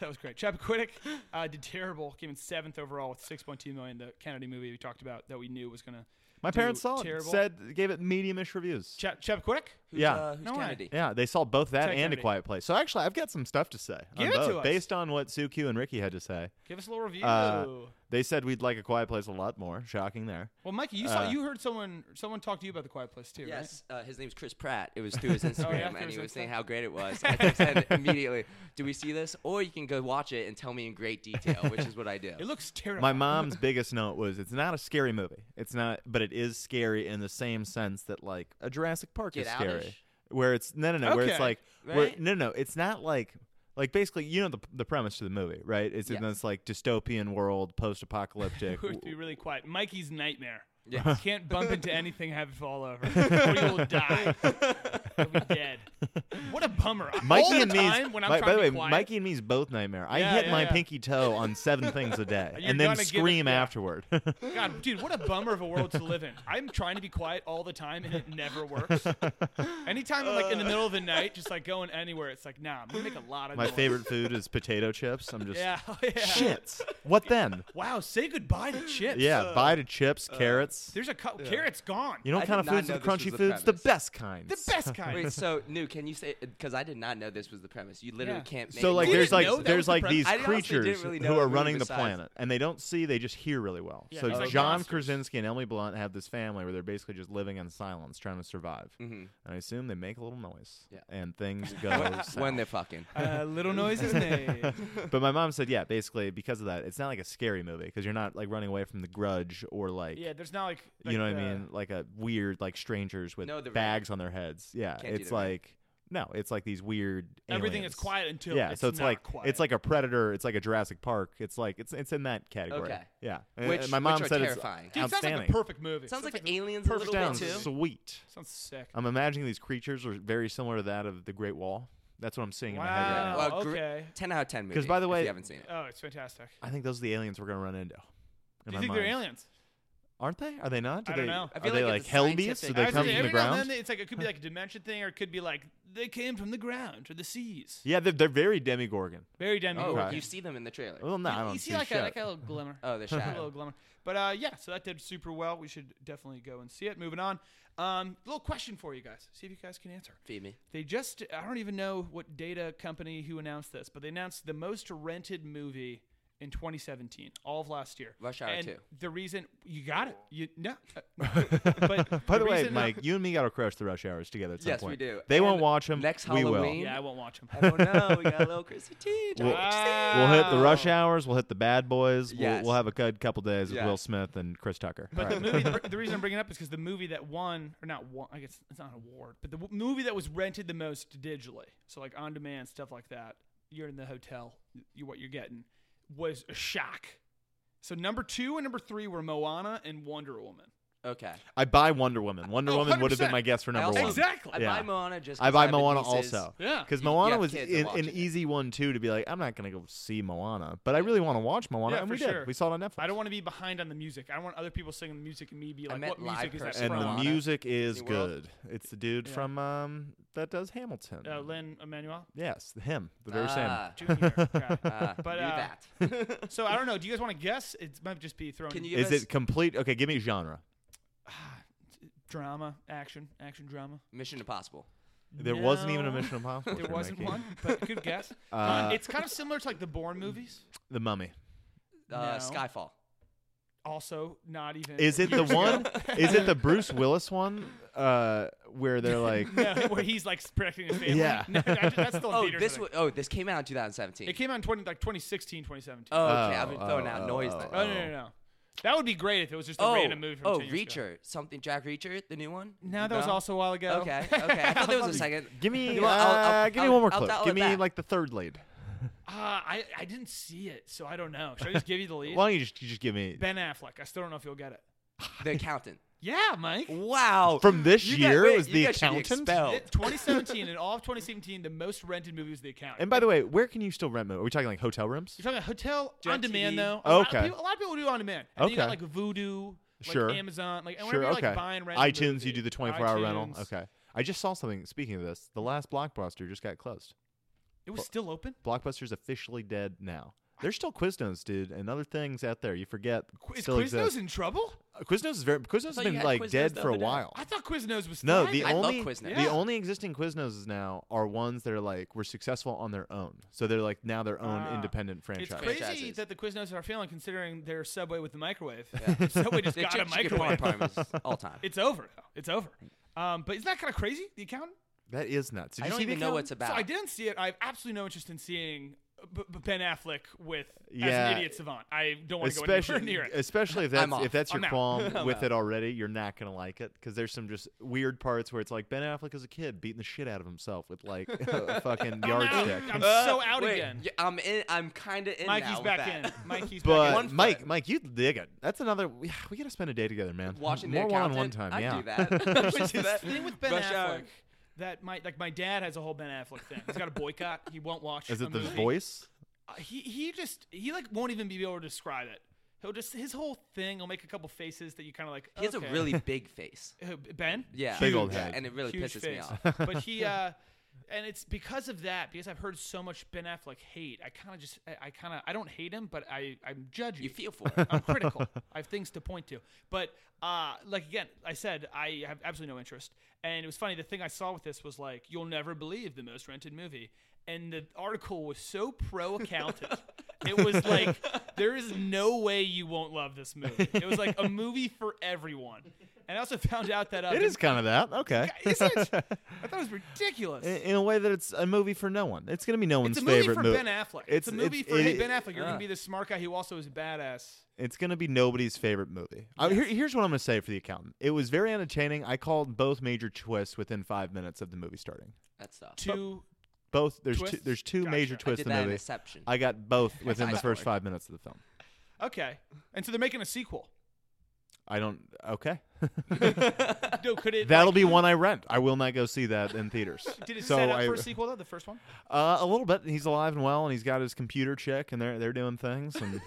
[SPEAKER 5] That was great. Chappaquiddick uh, did terrible. Came in seventh overall with six point two million. The Kennedy movie we talked about that we knew was gonna.
[SPEAKER 6] (laughs) My
[SPEAKER 5] do
[SPEAKER 6] parents saw it.
[SPEAKER 5] terrible.
[SPEAKER 6] Said gave it medium-ish reviews.
[SPEAKER 5] Cha- Chappaquiddick.
[SPEAKER 7] Who's,
[SPEAKER 6] yeah.
[SPEAKER 7] uh, who's
[SPEAKER 5] No way.
[SPEAKER 7] Kennedy?
[SPEAKER 6] Yeah, they saw both that
[SPEAKER 5] Tech
[SPEAKER 6] and
[SPEAKER 5] Kennedy.
[SPEAKER 6] A Quiet Place. So actually, I've got some stuff to say on
[SPEAKER 5] Give it to
[SPEAKER 6] both,
[SPEAKER 5] us.
[SPEAKER 6] based on what Suku and Ricky had to say.
[SPEAKER 5] Give us a little review.
[SPEAKER 6] Uh, They said we'd like A Quiet Place a lot more. Shocking there.
[SPEAKER 5] well, Mikey, you saw
[SPEAKER 6] uh,
[SPEAKER 5] you heard someone someone talk to you about the Quiet Place too. Right?
[SPEAKER 7] Yes, uh, his name's Chris Pratt. It was through
[SPEAKER 5] (laughs)
[SPEAKER 7] his Instagram,
[SPEAKER 5] Oh, yeah, through
[SPEAKER 7] and
[SPEAKER 5] his
[SPEAKER 7] he was
[SPEAKER 5] Insta.
[SPEAKER 7] saying how great it was.
[SPEAKER 5] (laughs)
[SPEAKER 7] I said immediately, "Do we see this?" Or you can go watch it and tell me in great detail, which is what I
[SPEAKER 5] (laughs)
[SPEAKER 7] do.
[SPEAKER 5] It looks terrible.
[SPEAKER 6] My mom's biggest note was it's not a scary movie. It's not, but it is scary in the same sense that like a Jurassic Park
[SPEAKER 7] Get
[SPEAKER 6] is scary,
[SPEAKER 7] Out-ish?
[SPEAKER 6] where it's no, no, no, where
[SPEAKER 5] Okay,
[SPEAKER 6] it's like, where,
[SPEAKER 7] right?
[SPEAKER 6] no, no, it's not like. Like basically, you know the, the premise to the movie, right? It's in
[SPEAKER 7] Yeah.
[SPEAKER 6] this like dystopian world, post-apocalyptic.
[SPEAKER 5] (laughs) We have to be really quiet. Mikey's nightmare.
[SPEAKER 7] Yes.
[SPEAKER 5] You can't bump into anything, have it fall over,
[SPEAKER 6] (laughs)
[SPEAKER 5] or you will die. You'll be dead. What a bummer. All
[SPEAKER 6] Mikey
[SPEAKER 5] the
[SPEAKER 6] and me's
[SPEAKER 5] time when I'm
[SPEAKER 6] Mi-
[SPEAKER 5] trying
[SPEAKER 6] by the
[SPEAKER 5] to
[SPEAKER 6] way,
[SPEAKER 5] be quiet,
[SPEAKER 6] Mikey and me's both nightmare. I
[SPEAKER 5] Yeah,
[SPEAKER 6] hit
[SPEAKER 5] yeah,
[SPEAKER 6] my
[SPEAKER 5] yeah.
[SPEAKER 6] pinky toe on seven things a day,
[SPEAKER 5] (laughs) You're
[SPEAKER 6] and then
[SPEAKER 5] gonna give it-
[SPEAKER 6] scream
[SPEAKER 5] yeah.
[SPEAKER 6] afterward. (laughs)
[SPEAKER 5] God, dude, what a bummer of a world to live in. I'm trying to be quiet all the time and it never works. Anytime I'm like in the middle of the night, just like going anywhere, it's like, nah, I'm gonna make a lot of
[SPEAKER 6] my
[SPEAKER 5] noise.
[SPEAKER 6] favorite food is potato chips. I'm
[SPEAKER 5] (laughs)
[SPEAKER 6] just
[SPEAKER 5] Yeah, (laughs) yeah.
[SPEAKER 6] shits. What then?
[SPEAKER 5] Wow, say goodbye to chips.
[SPEAKER 6] Yeah, buy to chips, carrots.
[SPEAKER 5] There's a cu- carrots gone.
[SPEAKER 6] You know
[SPEAKER 7] uh, I
[SPEAKER 6] what kind of
[SPEAKER 7] did not
[SPEAKER 6] foods are
[SPEAKER 7] know
[SPEAKER 6] the
[SPEAKER 7] this was
[SPEAKER 6] crunchy
[SPEAKER 7] the
[SPEAKER 6] foods? The
[SPEAKER 7] premise.
[SPEAKER 6] best kinds.
[SPEAKER 5] the best
[SPEAKER 7] (laughs)
[SPEAKER 5] kind.
[SPEAKER 7] Wait, so new? Can you say? Because I did not know this was the premise. You literally
[SPEAKER 5] Yeah.
[SPEAKER 7] can't. Make
[SPEAKER 6] So
[SPEAKER 7] it
[SPEAKER 6] like
[SPEAKER 7] work.
[SPEAKER 5] You
[SPEAKER 6] there's
[SPEAKER 5] didn't
[SPEAKER 6] like
[SPEAKER 5] know that was
[SPEAKER 6] there's
[SPEAKER 5] the
[SPEAKER 6] like
[SPEAKER 5] premise?
[SPEAKER 6] these
[SPEAKER 7] I honestly didn't
[SPEAKER 6] creatures
[SPEAKER 7] really know
[SPEAKER 6] who are
[SPEAKER 7] the movie
[SPEAKER 6] running the
[SPEAKER 7] besides
[SPEAKER 6] planet and they don't see they just hear really well.
[SPEAKER 5] Yeah,
[SPEAKER 6] so
[SPEAKER 5] it's like
[SPEAKER 6] John
[SPEAKER 5] monsters.
[SPEAKER 6] Krasinski and Emily Blunt have this family where they're basically just living in silence trying to survive. And I assume they make a little noise
[SPEAKER 7] Mm-hmm. Yeah. (laughs)
[SPEAKER 6] and things go
[SPEAKER 7] when
[SPEAKER 6] south.
[SPEAKER 7] they're fucking.
[SPEAKER 5] uh, little noises made.
[SPEAKER 6] (laughs) But my mom said yeah, basically because of that it's not like a scary movie because you're not like running away from the grudge or like
[SPEAKER 5] Yeah, there's not like,
[SPEAKER 6] you know
[SPEAKER 5] like uh,
[SPEAKER 6] what I
[SPEAKER 5] the-
[SPEAKER 6] mean? Like a weird, like strangers with
[SPEAKER 7] No, the-
[SPEAKER 6] bags on their heads. Yeah,
[SPEAKER 7] Can't do
[SPEAKER 6] it's
[SPEAKER 7] that, right?
[SPEAKER 6] like no, it's like these weird.
[SPEAKER 5] Everything
[SPEAKER 6] aliens.
[SPEAKER 5] is quiet until
[SPEAKER 6] yeah,
[SPEAKER 5] it's
[SPEAKER 6] so it's
[SPEAKER 5] not
[SPEAKER 6] like
[SPEAKER 5] quiet.
[SPEAKER 6] it's like a predator. It's like a Jurassic Park. It's like it's it's in that category.
[SPEAKER 7] Okay.
[SPEAKER 6] Yeah, And-
[SPEAKER 7] Which-
[SPEAKER 6] and my mom
[SPEAKER 7] which are
[SPEAKER 6] said
[SPEAKER 7] terrifying.
[SPEAKER 6] it's
[SPEAKER 5] Dude, it sounds like
[SPEAKER 6] outstanding.
[SPEAKER 5] a perfect movie.
[SPEAKER 7] Sounds like
[SPEAKER 5] the-
[SPEAKER 7] aliens a little bit
[SPEAKER 6] Sounds
[SPEAKER 7] too.
[SPEAKER 6] sweet.
[SPEAKER 5] Sounds sick.
[SPEAKER 6] I'm imagining these creatures are very similar to that of the Great Wall. That's what I'm seeing in my head right
[SPEAKER 5] Wow.
[SPEAKER 6] now.
[SPEAKER 5] Oh,
[SPEAKER 7] gr-
[SPEAKER 5] okay.
[SPEAKER 7] ten out of ten movie.
[SPEAKER 6] 'Cause by the way-
[SPEAKER 7] if you haven't seen it.
[SPEAKER 5] Oh, it's fantastic.
[SPEAKER 6] I think those are the aliens we're gonna run into.
[SPEAKER 5] Do you
[SPEAKER 6] in my
[SPEAKER 5] think they're
[SPEAKER 6] mind.
[SPEAKER 5] aliens?
[SPEAKER 6] Aren't they? Are they not? Do
[SPEAKER 5] I don't
[SPEAKER 6] they,
[SPEAKER 5] know. I
[SPEAKER 6] Are
[SPEAKER 7] feel
[SPEAKER 6] they
[SPEAKER 7] like
[SPEAKER 6] like
[SPEAKER 7] it's a
[SPEAKER 6] hell beasts? Do
[SPEAKER 7] scientific-
[SPEAKER 6] they
[SPEAKER 5] I say
[SPEAKER 6] come from the
[SPEAKER 5] every now and
[SPEAKER 6] ground?
[SPEAKER 5] then, it's like it could be like a dimension thing, or it could be like they came from the ground or the seas.
[SPEAKER 6] Yeah, they're, they're very demigorgon.
[SPEAKER 5] Very demi.
[SPEAKER 7] Oh,
[SPEAKER 6] Okay.
[SPEAKER 7] you see them in the trailer.
[SPEAKER 6] Well, no, I
[SPEAKER 5] you,
[SPEAKER 6] don't
[SPEAKER 5] you see like
[SPEAKER 6] shit.
[SPEAKER 5] a, like a little
[SPEAKER 6] (laughs)
[SPEAKER 5] glimmer.
[SPEAKER 7] Oh, they're
[SPEAKER 5] (laughs) a
[SPEAKER 7] shy.
[SPEAKER 5] little glimmer. But uh, yeah, so that did super well. We should definitely go and see it. Moving on. Um, little question for you guys. See if you guys can answer.
[SPEAKER 7] Feed me.
[SPEAKER 5] They just I don't even know what data company who announced this, but they announced the most rented movie in 2017, all of last year.
[SPEAKER 7] Rush Hour
[SPEAKER 5] and
[SPEAKER 7] 2.
[SPEAKER 5] The reason you got it. You
[SPEAKER 6] (laughs)
[SPEAKER 5] no. but
[SPEAKER 6] By the way,
[SPEAKER 5] reason-
[SPEAKER 6] Mike, you and me got to crash the rush hours together at some
[SPEAKER 7] Yes, we
[SPEAKER 6] point.
[SPEAKER 7] do.
[SPEAKER 6] They won't
[SPEAKER 7] And
[SPEAKER 6] watch them.
[SPEAKER 7] next
[SPEAKER 6] we
[SPEAKER 7] Halloween-
[SPEAKER 5] (laughs) Yeah, I won't watch him.
[SPEAKER 7] I don't know. We got a little (laughs) Chrissy T.
[SPEAKER 6] will. We'll,
[SPEAKER 5] Wow.
[SPEAKER 6] we'll hit the rush hours. We'll hit the bad boys. We'll,
[SPEAKER 7] Yes.
[SPEAKER 6] we'll have a good couple days with
[SPEAKER 7] Yeah.
[SPEAKER 6] Will Smith and Chris Tucker.
[SPEAKER 5] But
[SPEAKER 6] All
[SPEAKER 5] the
[SPEAKER 6] right.
[SPEAKER 5] movie, the, the reason I'm bringing it up is because the movie that won, or not won, I guess it's not an award, but the w- movie that was rented the most digitally, so like on demand stuff like that, you're in the hotel, you what you're getting, was a shock. So number two and number three were Moana and Wonder Woman.
[SPEAKER 7] Okay.
[SPEAKER 6] I buy Wonder Woman. Wonder
[SPEAKER 5] Oh,
[SPEAKER 6] Woman would have been
[SPEAKER 5] 100%.
[SPEAKER 6] my guess for number
[SPEAKER 7] I also-
[SPEAKER 6] one.
[SPEAKER 5] Exactly.
[SPEAKER 7] I
[SPEAKER 6] Yeah.
[SPEAKER 7] buy Moana just.
[SPEAKER 6] I
[SPEAKER 7] 'cause
[SPEAKER 6] buy
[SPEAKER 7] have the
[SPEAKER 6] Moana
[SPEAKER 7] nieces.
[SPEAKER 6] also.
[SPEAKER 5] Yeah.
[SPEAKER 6] Because
[SPEAKER 7] You- you
[SPEAKER 6] Moana
[SPEAKER 7] have
[SPEAKER 6] was
[SPEAKER 7] kids that
[SPEAKER 6] in,
[SPEAKER 7] watch
[SPEAKER 6] an
[SPEAKER 7] it.
[SPEAKER 6] easy one, too, to be like, I'm not going to go see Moana, but I really want to watch Moana.
[SPEAKER 5] Yeah,
[SPEAKER 6] and
[SPEAKER 5] for
[SPEAKER 6] we
[SPEAKER 5] sure.
[SPEAKER 6] did. We saw it on Netflix.
[SPEAKER 5] I don't want to be behind on the music. I don't want other people singing the music and me be like,
[SPEAKER 7] meant
[SPEAKER 5] what music
[SPEAKER 7] live
[SPEAKER 5] is that
[SPEAKER 7] person
[SPEAKER 6] and
[SPEAKER 5] from?
[SPEAKER 6] the
[SPEAKER 7] Moana.
[SPEAKER 6] music is
[SPEAKER 7] Disney World.
[SPEAKER 6] good. It's the dude
[SPEAKER 5] Yeah.
[SPEAKER 6] from um, that does Hamilton.
[SPEAKER 5] uh, Lynn Emanuel
[SPEAKER 6] yes, him. The very same.
[SPEAKER 7] Ah, (laughs)
[SPEAKER 5] Junior. guy.
[SPEAKER 7] ah,
[SPEAKER 5] But,
[SPEAKER 7] do
[SPEAKER 5] uh,
[SPEAKER 7] that.
[SPEAKER 5] (laughs) so I don't know. Do you guys want to guess? It might just be thrown.
[SPEAKER 7] Can you give
[SPEAKER 6] Is
[SPEAKER 7] us
[SPEAKER 6] it complete? Okay, give me genre.
[SPEAKER 5] drama, action, action drama?
[SPEAKER 7] Mission Impossible?
[SPEAKER 6] There wasn't even a
[SPEAKER 5] No.
[SPEAKER 6] Mission Impossible.
[SPEAKER 5] There
[SPEAKER 6] for
[SPEAKER 5] wasn't
[SPEAKER 6] Mickey.
[SPEAKER 5] one, but good
[SPEAKER 6] (laughs)
[SPEAKER 5] guess. Uh, it's kind of similar to like the Bourne movies.
[SPEAKER 6] The Mummy.
[SPEAKER 7] Uh,
[SPEAKER 5] No.
[SPEAKER 7] Skyfall.
[SPEAKER 5] Also, not even. (laughs)
[SPEAKER 6] Is it the one? Is it the Bruce Willis one uh, where they're like?
[SPEAKER 5] (laughs) No, where he's like protecting his family?
[SPEAKER 6] Yeah.
[SPEAKER 5] (laughs) No, I ju- that's still in
[SPEAKER 7] Oh,
[SPEAKER 5] theaters, I
[SPEAKER 7] this was,
[SPEAKER 5] think.
[SPEAKER 7] oh, this came out in 2017.
[SPEAKER 5] It came out in 20, like 2016, 2017.
[SPEAKER 7] oh, okay. I've
[SPEAKER 6] Oh,
[SPEAKER 7] been throwing
[SPEAKER 6] oh,
[SPEAKER 7] out
[SPEAKER 6] oh,
[SPEAKER 7] noise.
[SPEAKER 6] oh,
[SPEAKER 7] then.
[SPEAKER 6] oh.
[SPEAKER 5] no, no, no, no. That would be great if it was just a
[SPEAKER 7] Oh,
[SPEAKER 5] random movie. From
[SPEAKER 7] oh,
[SPEAKER 5] 10 years ago.
[SPEAKER 7] Reacher, something Jack Reacher, the new one.
[SPEAKER 5] No, that was also a while ago.
[SPEAKER 6] (laughs)
[SPEAKER 5] (laughs) Uh,
[SPEAKER 7] Okay, okay. I thought there was a second.
[SPEAKER 6] Give me,
[SPEAKER 7] You want- I'll-
[SPEAKER 6] uh,
[SPEAKER 7] I'll-
[SPEAKER 6] give me
[SPEAKER 7] I'll-
[SPEAKER 6] one more
[SPEAKER 7] I'll
[SPEAKER 6] clip.
[SPEAKER 7] dial it
[SPEAKER 6] Give me
[SPEAKER 7] back.
[SPEAKER 6] like the third lead.
[SPEAKER 5] Uh, I I didn't see it, so I don't know. Should I just give you the lead?
[SPEAKER 6] (laughs) Why don't you just, you just give me
[SPEAKER 5] ben Affleck. I still don't know if you'll get it.
[SPEAKER 6] (laughs)
[SPEAKER 7] The accountant.
[SPEAKER 5] Yeah, Mike.
[SPEAKER 7] Wow.
[SPEAKER 6] from this
[SPEAKER 7] You guys-
[SPEAKER 6] year?
[SPEAKER 7] wait,
[SPEAKER 6] it was
[SPEAKER 7] you
[SPEAKER 6] the
[SPEAKER 7] guys should be
[SPEAKER 6] accountant.
[SPEAKER 7] expelled.
[SPEAKER 5] It- 2017 and all of 2017, the most rented movie was The Accountant.
[SPEAKER 6] And by the way, where can you still rent? mo- Are we talking like hotel rooms?
[SPEAKER 5] You're talking about hotel
[SPEAKER 7] Jet
[SPEAKER 5] on demand
[SPEAKER 7] TV.
[SPEAKER 5] though. A lot of
[SPEAKER 6] Okay.
[SPEAKER 5] people- A lot of people do on demand. And then you got
[SPEAKER 6] Okay.
[SPEAKER 5] like Voodoo, like
[SPEAKER 6] Sure.
[SPEAKER 5] Amazon, like and
[SPEAKER 6] sure.
[SPEAKER 5] whenever you're
[SPEAKER 6] okay.
[SPEAKER 5] like buying rent.
[SPEAKER 6] iTunes, you do the 24-hour rental. Okay. I just saw something. Speaking of this, the last Blockbuster just got closed.
[SPEAKER 5] It was still open.
[SPEAKER 6] Blockbuster's officially dead now. There's still Quiznos, dude, and other things out there. You forget
[SPEAKER 5] Qu- Is
[SPEAKER 6] still
[SPEAKER 5] Quiznos
[SPEAKER 6] exists.
[SPEAKER 5] in trouble?
[SPEAKER 6] Uh, Quiznos is very Quiznos has
[SPEAKER 7] thought you
[SPEAKER 6] been
[SPEAKER 7] had
[SPEAKER 6] like
[SPEAKER 7] Quiznos
[SPEAKER 6] dead
[SPEAKER 7] the
[SPEAKER 6] for a
[SPEAKER 7] other day.
[SPEAKER 6] while.
[SPEAKER 5] I thought Quiznos was
[SPEAKER 6] No,
[SPEAKER 5] thriving.
[SPEAKER 6] the
[SPEAKER 7] I love
[SPEAKER 6] only
[SPEAKER 7] Quiznos.
[SPEAKER 5] Yeah.
[SPEAKER 6] the only existing Quiznos now are ones that are like were successful on their own. So they're like now their own
[SPEAKER 5] Ah.
[SPEAKER 6] independent
[SPEAKER 5] It's
[SPEAKER 6] franchise.
[SPEAKER 5] crazy
[SPEAKER 7] Franchises.
[SPEAKER 5] that the Quiznos are failing considering their Subway with the microwave. (laughs)
[SPEAKER 7] (laughs)
[SPEAKER 5] Subway just
[SPEAKER 7] The
[SPEAKER 5] got a
[SPEAKER 7] chicken chicken parm
[SPEAKER 5] microwave.
[SPEAKER 7] parm
[SPEAKER 5] (laughs)
[SPEAKER 7] is all time.
[SPEAKER 5] It's over though. It's over. Um, but isn't that kind of crazy? The accountant.
[SPEAKER 6] That is nuts. Did
[SPEAKER 7] I
[SPEAKER 6] you
[SPEAKER 7] don't
[SPEAKER 6] see the
[SPEAKER 7] even know
[SPEAKER 6] account?
[SPEAKER 7] what it's about.
[SPEAKER 5] So I didn't see it. I have absolutely no interest in seeing B- B- Ben Affleck with as
[SPEAKER 6] Yeah.
[SPEAKER 5] an idiot savant. I don't want to go anywhere
[SPEAKER 6] Especially,
[SPEAKER 5] (laughs) near it.
[SPEAKER 6] especially if that's
[SPEAKER 7] off.
[SPEAKER 6] if that's your
[SPEAKER 5] (laughs) I'm out.
[SPEAKER 6] qualm with it already, you're not gonna like it because there's some just weird parts where it's like Ben Affleck as a kid beating the shit out of himself with like (laughs) a fucking
[SPEAKER 5] I'm, out.
[SPEAKER 6] yardstick.
[SPEAKER 5] I'm so out
[SPEAKER 7] Uh, Wait,
[SPEAKER 5] again.
[SPEAKER 7] y- I'm in. I'm kind of in. now
[SPEAKER 5] Mikey's
[SPEAKER 7] with
[SPEAKER 5] back
[SPEAKER 7] that.
[SPEAKER 5] in.
[SPEAKER 7] (laughs)
[SPEAKER 5] Mikey's
[SPEAKER 6] But
[SPEAKER 5] back in.
[SPEAKER 6] Mike, Mike, you dig it. That's another. We, we gotta spend a day together, man.
[SPEAKER 7] Watching
[SPEAKER 6] more
[SPEAKER 7] the
[SPEAKER 6] one on
[SPEAKER 7] accountant.
[SPEAKER 6] one time.
[SPEAKER 7] I'd
[SPEAKER 6] yeah.
[SPEAKER 7] do
[SPEAKER 6] (laughs)
[SPEAKER 7] that. I'd do
[SPEAKER 5] The
[SPEAKER 7] that.
[SPEAKER 5] thing with Ben
[SPEAKER 7] Rush
[SPEAKER 5] Affleck
[SPEAKER 7] hour.
[SPEAKER 5] that my like my dad has a whole Ben Affleck thing. He's got a boycott. He won't watch.
[SPEAKER 6] Is
[SPEAKER 5] a
[SPEAKER 6] it the
[SPEAKER 5] movie.
[SPEAKER 6] voice?
[SPEAKER 5] Uh, he he just he like won't even be able to describe it. He'll just his whole thing. He'll make a couple faces that you kind of like.
[SPEAKER 7] He has a
[SPEAKER 5] okay.
[SPEAKER 7] really big face.
[SPEAKER 5] Uh, Ben.
[SPEAKER 7] Yeah.
[SPEAKER 6] Big old
[SPEAKER 7] Yeah,
[SPEAKER 6] head.
[SPEAKER 7] And it really
[SPEAKER 5] huge
[SPEAKER 7] pisses me
[SPEAKER 5] face.
[SPEAKER 7] off. (laughs)
[SPEAKER 5] but he, uh, and it's because of that, because I've heard so much Ben Affleck hate. I kind of just, I, I kind of, I don't hate him, but I, I'm judging.
[SPEAKER 7] You feel
[SPEAKER 6] (laughs)
[SPEAKER 7] for it.
[SPEAKER 5] I'm critical. I have things to point to. But uh, like again, I said I have absolutely no interest. And it was funny. The thing I saw with this was like, you'll never believe the most rented movie. And the article was so pro accountant.
[SPEAKER 6] (laughs)
[SPEAKER 5] it was like there is no way you won't love this movie. It was like a movie for everyone. And I also found out that uh,
[SPEAKER 6] It
[SPEAKER 5] the-
[SPEAKER 6] is kind of that. Okay.
[SPEAKER 5] is it? I
[SPEAKER 6] (laughs)
[SPEAKER 5] thought it was ridiculous.
[SPEAKER 6] in, in a way that it's a movie for no one. It's going to be no one's
[SPEAKER 5] it's a movie
[SPEAKER 6] favorite
[SPEAKER 5] for
[SPEAKER 6] movie.
[SPEAKER 5] Ben Affleck. It's, a movie for hey, Ben Affleck. You're
[SPEAKER 7] uh.
[SPEAKER 5] gonna be the smart guy who also is a badass.
[SPEAKER 6] It's going to be nobody's favorite movie. I, here, here's what I'm going to say for the accountant. It was very entertaining. I called both major twists within five minutes of the movie starting.
[SPEAKER 7] That's tough.
[SPEAKER 5] Two.
[SPEAKER 6] Both there's two,
[SPEAKER 5] Twists?
[SPEAKER 6] there's two
[SPEAKER 5] Gotcha.
[SPEAKER 6] major
[SPEAKER 5] I
[SPEAKER 6] twists
[SPEAKER 7] did
[SPEAKER 6] in the
[SPEAKER 7] that in
[SPEAKER 6] movie.
[SPEAKER 7] Inception.
[SPEAKER 6] I got both within
[SPEAKER 7] eye
[SPEAKER 6] the first
[SPEAKER 7] stalking.
[SPEAKER 6] five minutes of the film.
[SPEAKER 5] Okay, and so they're making a sequel.
[SPEAKER 6] I don't. Okay.
[SPEAKER 5] No, could it?
[SPEAKER 6] That'll
[SPEAKER 5] like,
[SPEAKER 6] be one I rent. I will not go see that in theaters.
[SPEAKER 5] (laughs) Did it
[SPEAKER 6] so
[SPEAKER 5] set up
[SPEAKER 6] I,
[SPEAKER 5] for a sequel though? The first one.
[SPEAKER 6] Uh, a little bit. He's alive and well, and he's got his computer check, and they're they're doing
[SPEAKER 5] (laughs)
[SPEAKER 6] things, and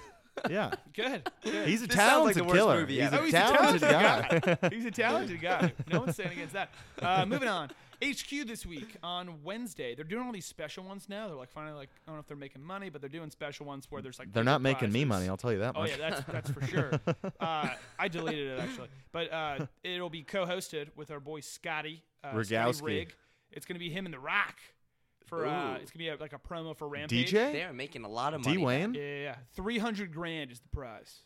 [SPEAKER 6] yeah,
[SPEAKER 5] Good.
[SPEAKER 6] he's a
[SPEAKER 7] This sounds like the
[SPEAKER 6] talented
[SPEAKER 7] worst
[SPEAKER 6] killer.
[SPEAKER 7] movie
[SPEAKER 6] he's,
[SPEAKER 7] ever.
[SPEAKER 6] a
[SPEAKER 5] Oh, he's a
[SPEAKER 6] talented
[SPEAKER 5] talented
[SPEAKER 6] guy.
[SPEAKER 5] (laughs) He's a talented guy. No one's saying against that. Uh, moving on. HQ this week on Wednesday. They're doing all these special ones now. They're like finally like I don't know if they're making money, but they're doing special ones where there's like
[SPEAKER 6] (laughs) They're not making me
[SPEAKER 5] prizes.
[SPEAKER 6] money. I'll tell you that
[SPEAKER 5] Oh
[SPEAKER 6] much.
[SPEAKER 5] yeah, that's that's for
[SPEAKER 6] (laughs)
[SPEAKER 5] sure. Uh, I deleted it actually, but uh, it'll be co-hosted with our boy Scotty uh, Scotty
[SPEAKER 6] Rogowski.
[SPEAKER 5] Rigg. It's gonna be him and The Rock for uh,
[SPEAKER 7] Ooh.
[SPEAKER 5] it's gonna be a, like a promo for Rampage.
[SPEAKER 6] DJ
[SPEAKER 7] They are making a lot of money.
[SPEAKER 6] D
[SPEAKER 7] now.
[SPEAKER 5] Yeah,
[SPEAKER 6] Wayne.
[SPEAKER 5] yeah, yeah. Three hundred grand is the prize.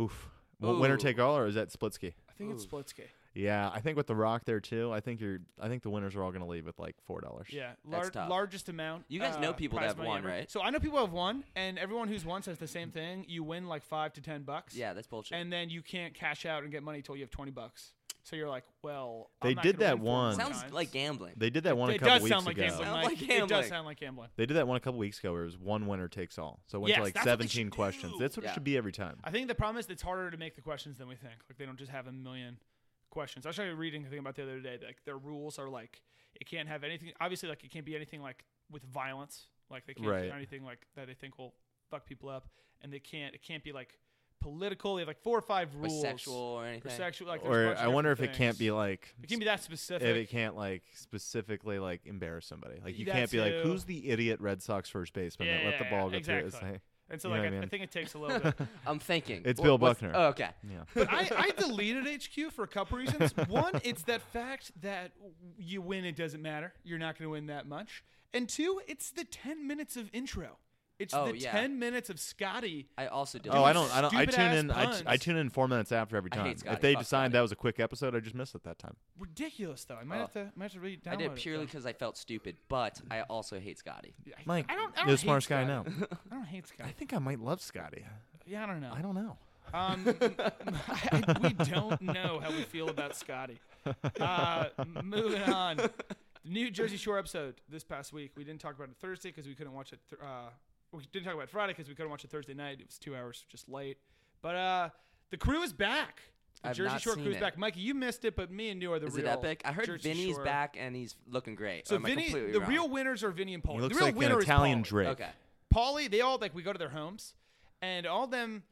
[SPEAKER 6] Oof. Well, winner
[SPEAKER 7] Ooh.
[SPEAKER 6] take all, or is that Splitsky?
[SPEAKER 5] I think it's Splitsky.
[SPEAKER 6] Yeah, I think with the Rock there too. I think you're. I think the winners are all going to leave with like four dollars.
[SPEAKER 5] Yeah,
[SPEAKER 7] That's
[SPEAKER 5] lar-
[SPEAKER 7] tough.
[SPEAKER 5] largest amount.
[SPEAKER 7] You guys
[SPEAKER 5] uh,
[SPEAKER 7] know people that
[SPEAKER 5] prize
[SPEAKER 7] have
[SPEAKER 5] money
[SPEAKER 7] won,
[SPEAKER 5] ever.
[SPEAKER 7] right?
[SPEAKER 5] So I know people have won, and everyone who's won says the same thing. You win like five to ten bucks.
[SPEAKER 7] Yeah, that's bullshit.
[SPEAKER 5] and then you can't cash out and get money till you have twenty bucks. So you're like, well, I'm
[SPEAKER 6] They
[SPEAKER 5] not
[SPEAKER 6] did
[SPEAKER 5] gonna
[SPEAKER 6] that
[SPEAKER 5] win four more
[SPEAKER 6] one.
[SPEAKER 7] sounds
[SPEAKER 5] times.
[SPEAKER 7] like gambling.
[SPEAKER 6] They did that one a
[SPEAKER 5] it
[SPEAKER 6] couple
[SPEAKER 5] does
[SPEAKER 6] weeks
[SPEAKER 5] sound like
[SPEAKER 6] ago.
[SPEAKER 5] gambling.
[SPEAKER 7] Sounds
[SPEAKER 5] Mike.
[SPEAKER 7] like
[SPEAKER 5] It does
[SPEAKER 7] gambling.
[SPEAKER 5] sound like gambling.
[SPEAKER 6] They did that one a couple weeks ago where it was one winner takes all. So it went
[SPEAKER 5] Yes,
[SPEAKER 6] to like
[SPEAKER 5] that's what they should
[SPEAKER 6] 17 questions.
[SPEAKER 5] do.
[SPEAKER 6] That's what
[SPEAKER 7] Yeah.
[SPEAKER 6] it should be every time.
[SPEAKER 5] I think the problem is it's harder to make the questions than we think. Like they don't just have a million questions. I was actually reading a thing about the other day. Like their rules are like it can't have anything. Obviously, like it can't be anything like with violence. Like they can't
[SPEAKER 6] Right.
[SPEAKER 5] do anything like that. They think will fuck people up, and they can't. It can't be like political. They have like four or five
[SPEAKER 7] Or
[SPEAKER 5] rules.
[SPEAKER 7] sexual or
[SPEAKER 5] Or
[SPEAKER 7] anything.
[SPEAKER 5] sexual. Like there's a
[SPEAKER 6] Or
[SPEAKER 5] bunch of
[SPEAKER 6] I wonder if
[SPEAKER 5] different
[SPEAKER 6] it can't
[SPEAKER 5] things.
[SPEAKER 6] be like
[SPEAKER 5] It can be that
[SPEAKER 6] if
[SPEAKER 5] specific.
[SPEAKER 6] it can't like specifically like embarrass somebody. Like you
[SPEAKER 5] That
[SPEAKER 6] can't be like,
[SPEAKER 5] too.
[SPEAKER 6] who's the idiot Red Sox first baseman that let the ball go
[SPEAKER 5] exactly.
[SPEAKER 6] through his thing?
[SPEAKER 5] And so
[SPEAKER 6] You
[SPEAKER 5] like
[SPEAKER 6] know
[SPEAKER 5] I,
[SPEAKER 6] what I
[SPEAKER 5] I
[SPEAKER 6] mean?
[SPEAKER 5] think it takes a little bit.
[SPEAKER 7] I'm thinking.
[SPEAKER 6] It's
[SPEAKER 7] Wha-
[SPEAKER 6] Bill
[SPEAKER 7] what's-
[SPEAKER 6] Buckner.
[SPEAKER 7] Oh, okay.
[SPEAKER 6] Yeah.
[SPEAKER 5] I, I deleted HQ for a couple reasons. One, it's that fact that you win, it doesn't matter. You're not going to win that much. And two, it's the 10 minutes of intro. It's
[SPEAKER 7] Oh,
[SPEAKER 5] the
[SPEAKER 7] yeah.
[SPEAKER 5] 10 minutes of Scotty.
[SPEAKER 7] I also do.
[SPEAKER 6] Oh, I don't. I don't. I tune
[SPEAKER 5] stupid-ass
[SPEAKER 6] in. I, t- I
[SPEAKER 5] puns.
[SPEAKER 6] tune in four minutes after every
[SPEAKER 7] I hate
[SPEAKER 6] time. If
[SPEAKER 7] Scotty.
[SPEAKER 6] they
[SPEAKER 7] Fuck
[SPEAKER 6] decide
[SPEAKER 7] Scotty.
[SPEAKER 6] that was a quick episode, I just missed it that time.
[SPEAKER 5] Ridiculous, though. I might,
[SPEAKER 7] Oh.
[SPEAKER 5] have, to, I might have to read
[SPEAKER 7] I did purely because I felt stupid, but I also hate Scotty.
[SPEAKER 6] Mike,
[SPEAKER 5] I don't, I
[SPEAKER 6] you're
[SPEAKER 5] don't
[SPEAKER 6] the
[SPEAKER 5] hate
[SPEAKER 6] smartest guy I know.
[SPEAKER 5] Scotty. I don't hate
[SPEAKER 6] I
[SPEAKER 5] Scotty.
[SPEAKER 6] think I might love Scotty.
[SPEAKER 5] Yeah, I don't know.
[SPEAKER 6] I don't know.
[SPEAKER 5] Um, I- we don't know how we feel about Scotty. Uh, moving on. The New Jersey Shore episode this past week. We didn't talk about it Thursday because we couldn't watch it th- uh, we didn't talk about Friday because we couldn't watch it Thursday night. It was two hours just late. But uh, the crew is back. The
[SPEAKER 7] I've
[SPEAKER 5] Jersey
[SPEAKER 7] not
[SPEAKER 5] Shore
[SPEAKER 7] seen
[SPEAKER 5] crew's
[SPEAKER 7] it.
[SPEAKER 5] back. Mikey, you missed it, but me and you are the
[SPEAKER 7] Is
[SPEAKER 5] real.
[SPEAKER 7] it epic? I heard
[SPEAKER 5] Jersey
[SPEAKER 7] Vinny's
[SPEAKER 5] Shore-
[SPEAKER 7] back and he's looking great.
[SPEAKER 5] So
[SPEAKER 7] Am I
[SPEAKER 5] Vinny,
[SPEAKER 7] completely
[SPEAKER 5] the
[SPEAKER 7] wrong?
[SPEAKER 5] real winners are Vinny and Paulie.
[SPEAKER 6] He looks
[SPEAKER 5] the real
[SPEAKER 6] like
[SPEAKER 5] winner
[SPEAKER 6] an Italian
[SPEAKER 5] is Paulie.
[SPEAKER 6] Drake.
[SPEAKER 7] Okay.
[SPEAKER 5] Paulie, they all like we go to their homes, and all them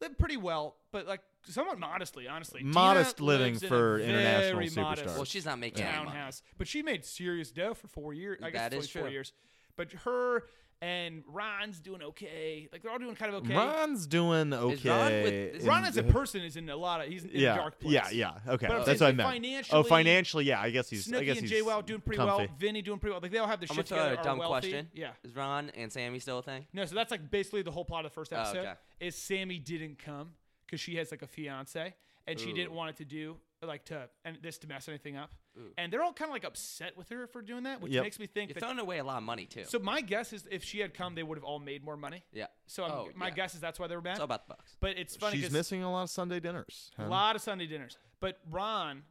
[SPEAKER 5] live pretty well, but like somewhat modestly, honestly. Tina
[SPEAKER 6] Modest living
[SPEAKER 5] lives in a
[SPEAKER 6] for international
[SPEAKER 5] very modest
[SPEAKER 6] superstars.
[SPEAKER 7] Well, she's not making any money.
[SPEAKER 5] townhouse, but she made serious dough for four years. I guess
[SPEAKER 7] That
[SPEAKER 5] it's
[SPEAKER 7] is
[SPEAKER 5] only four
[SPEAKER 7] true.
[SPEAKER 5] years, but her and Ron's doing okay. Like they're all doing kind of okay.
[SPEAKER 6] Ron's doing
[SPEAKER 7] with-
[SPEAKER 6] okay.
[SPEAKER 7] is
[SPEAKER 6] in
[SPEAKER 5] Ron as a
[SPEAKER 6] the-
[SPEAKER 5] person is in a lot of he's in
[SPEAKER 6] yeah,
[SPEAKER 5] a dark place.
[SPEAKER 6] yeah, yeah. Okay,
[SPEAKER 5] But I'm
[SPEAKER 6] that's what I
[SPEAKER 5] saying
[SPEAKER 6] meant.
[SPEAKER 5] financially,
[SPEAKER 6] oh, financially, yeah. I guess he's. I
[SPEAKER 5] Snooki
[SPEAKER 6] guess
[SPEAKER 5] and
[SPEAKER 6] he's
[SPEAKER 5] Jay Wow doing pretty well.
[SPEAKER 6] comfy.
[SPEAKER 5] Vinny doing pretty well. Like they all have their
[SPEAKER 7] I'm
[SPEAKER 5] shit
[SPEAKER 7] gonna throw
[SPEAKER 5] together.
[SPEAKER 7] a
[SPEAKER 5] are
[SPEAKER 7] dumb
[SPEAKER 5] wealthy.
[SPEAKER 7] question.
[SPEAKER 5] Yeah.
[SPEAKER 7] Is Ron and Sammy still a thing?
[SPEAKER 5] No, so that's like basically the whole plot of the first
[SPEAKER 7] Oh,
[SPEAKER 5] episode
[SPEAKER 7] okay.
[SPEAKER 5] is Sammy didn't come because she has like a fiance and she didn't want it to do like to and this to mess anything up. And they're all kind of like upset with her for doing that, which
[SPEAKER 6] Yep.
[SPEAKER 5] makes me think
[SPEAKER 7] You're
[SPEAKER 5] that.
[SPEAKER 7] throwing away a lot of money too.
[SPEAKER 5] so my guess is if she had come, they would have all made more money.
[SPEAKER 7] yeah.
[SPEAKER 5] So I'm,
[SPEAKER 7] Oh,
[SPEAKER 5] my
[SPEAKER 7] yeah.
[SPEAKER 5] guess is that's why they were mad.
[SPEAKER 7] It's all about the bucks.
[SPEAKER 5] but it's funny
[SPEAKER 6] She's
[SPEAKER 5] because
[SPEAKER 6] missing a lot of Sunday dinners.
[SPEAKER 5] a
[SPEAKER 6] huh?
[SPEAKER 5] lot of Sunday dinners. But Ron,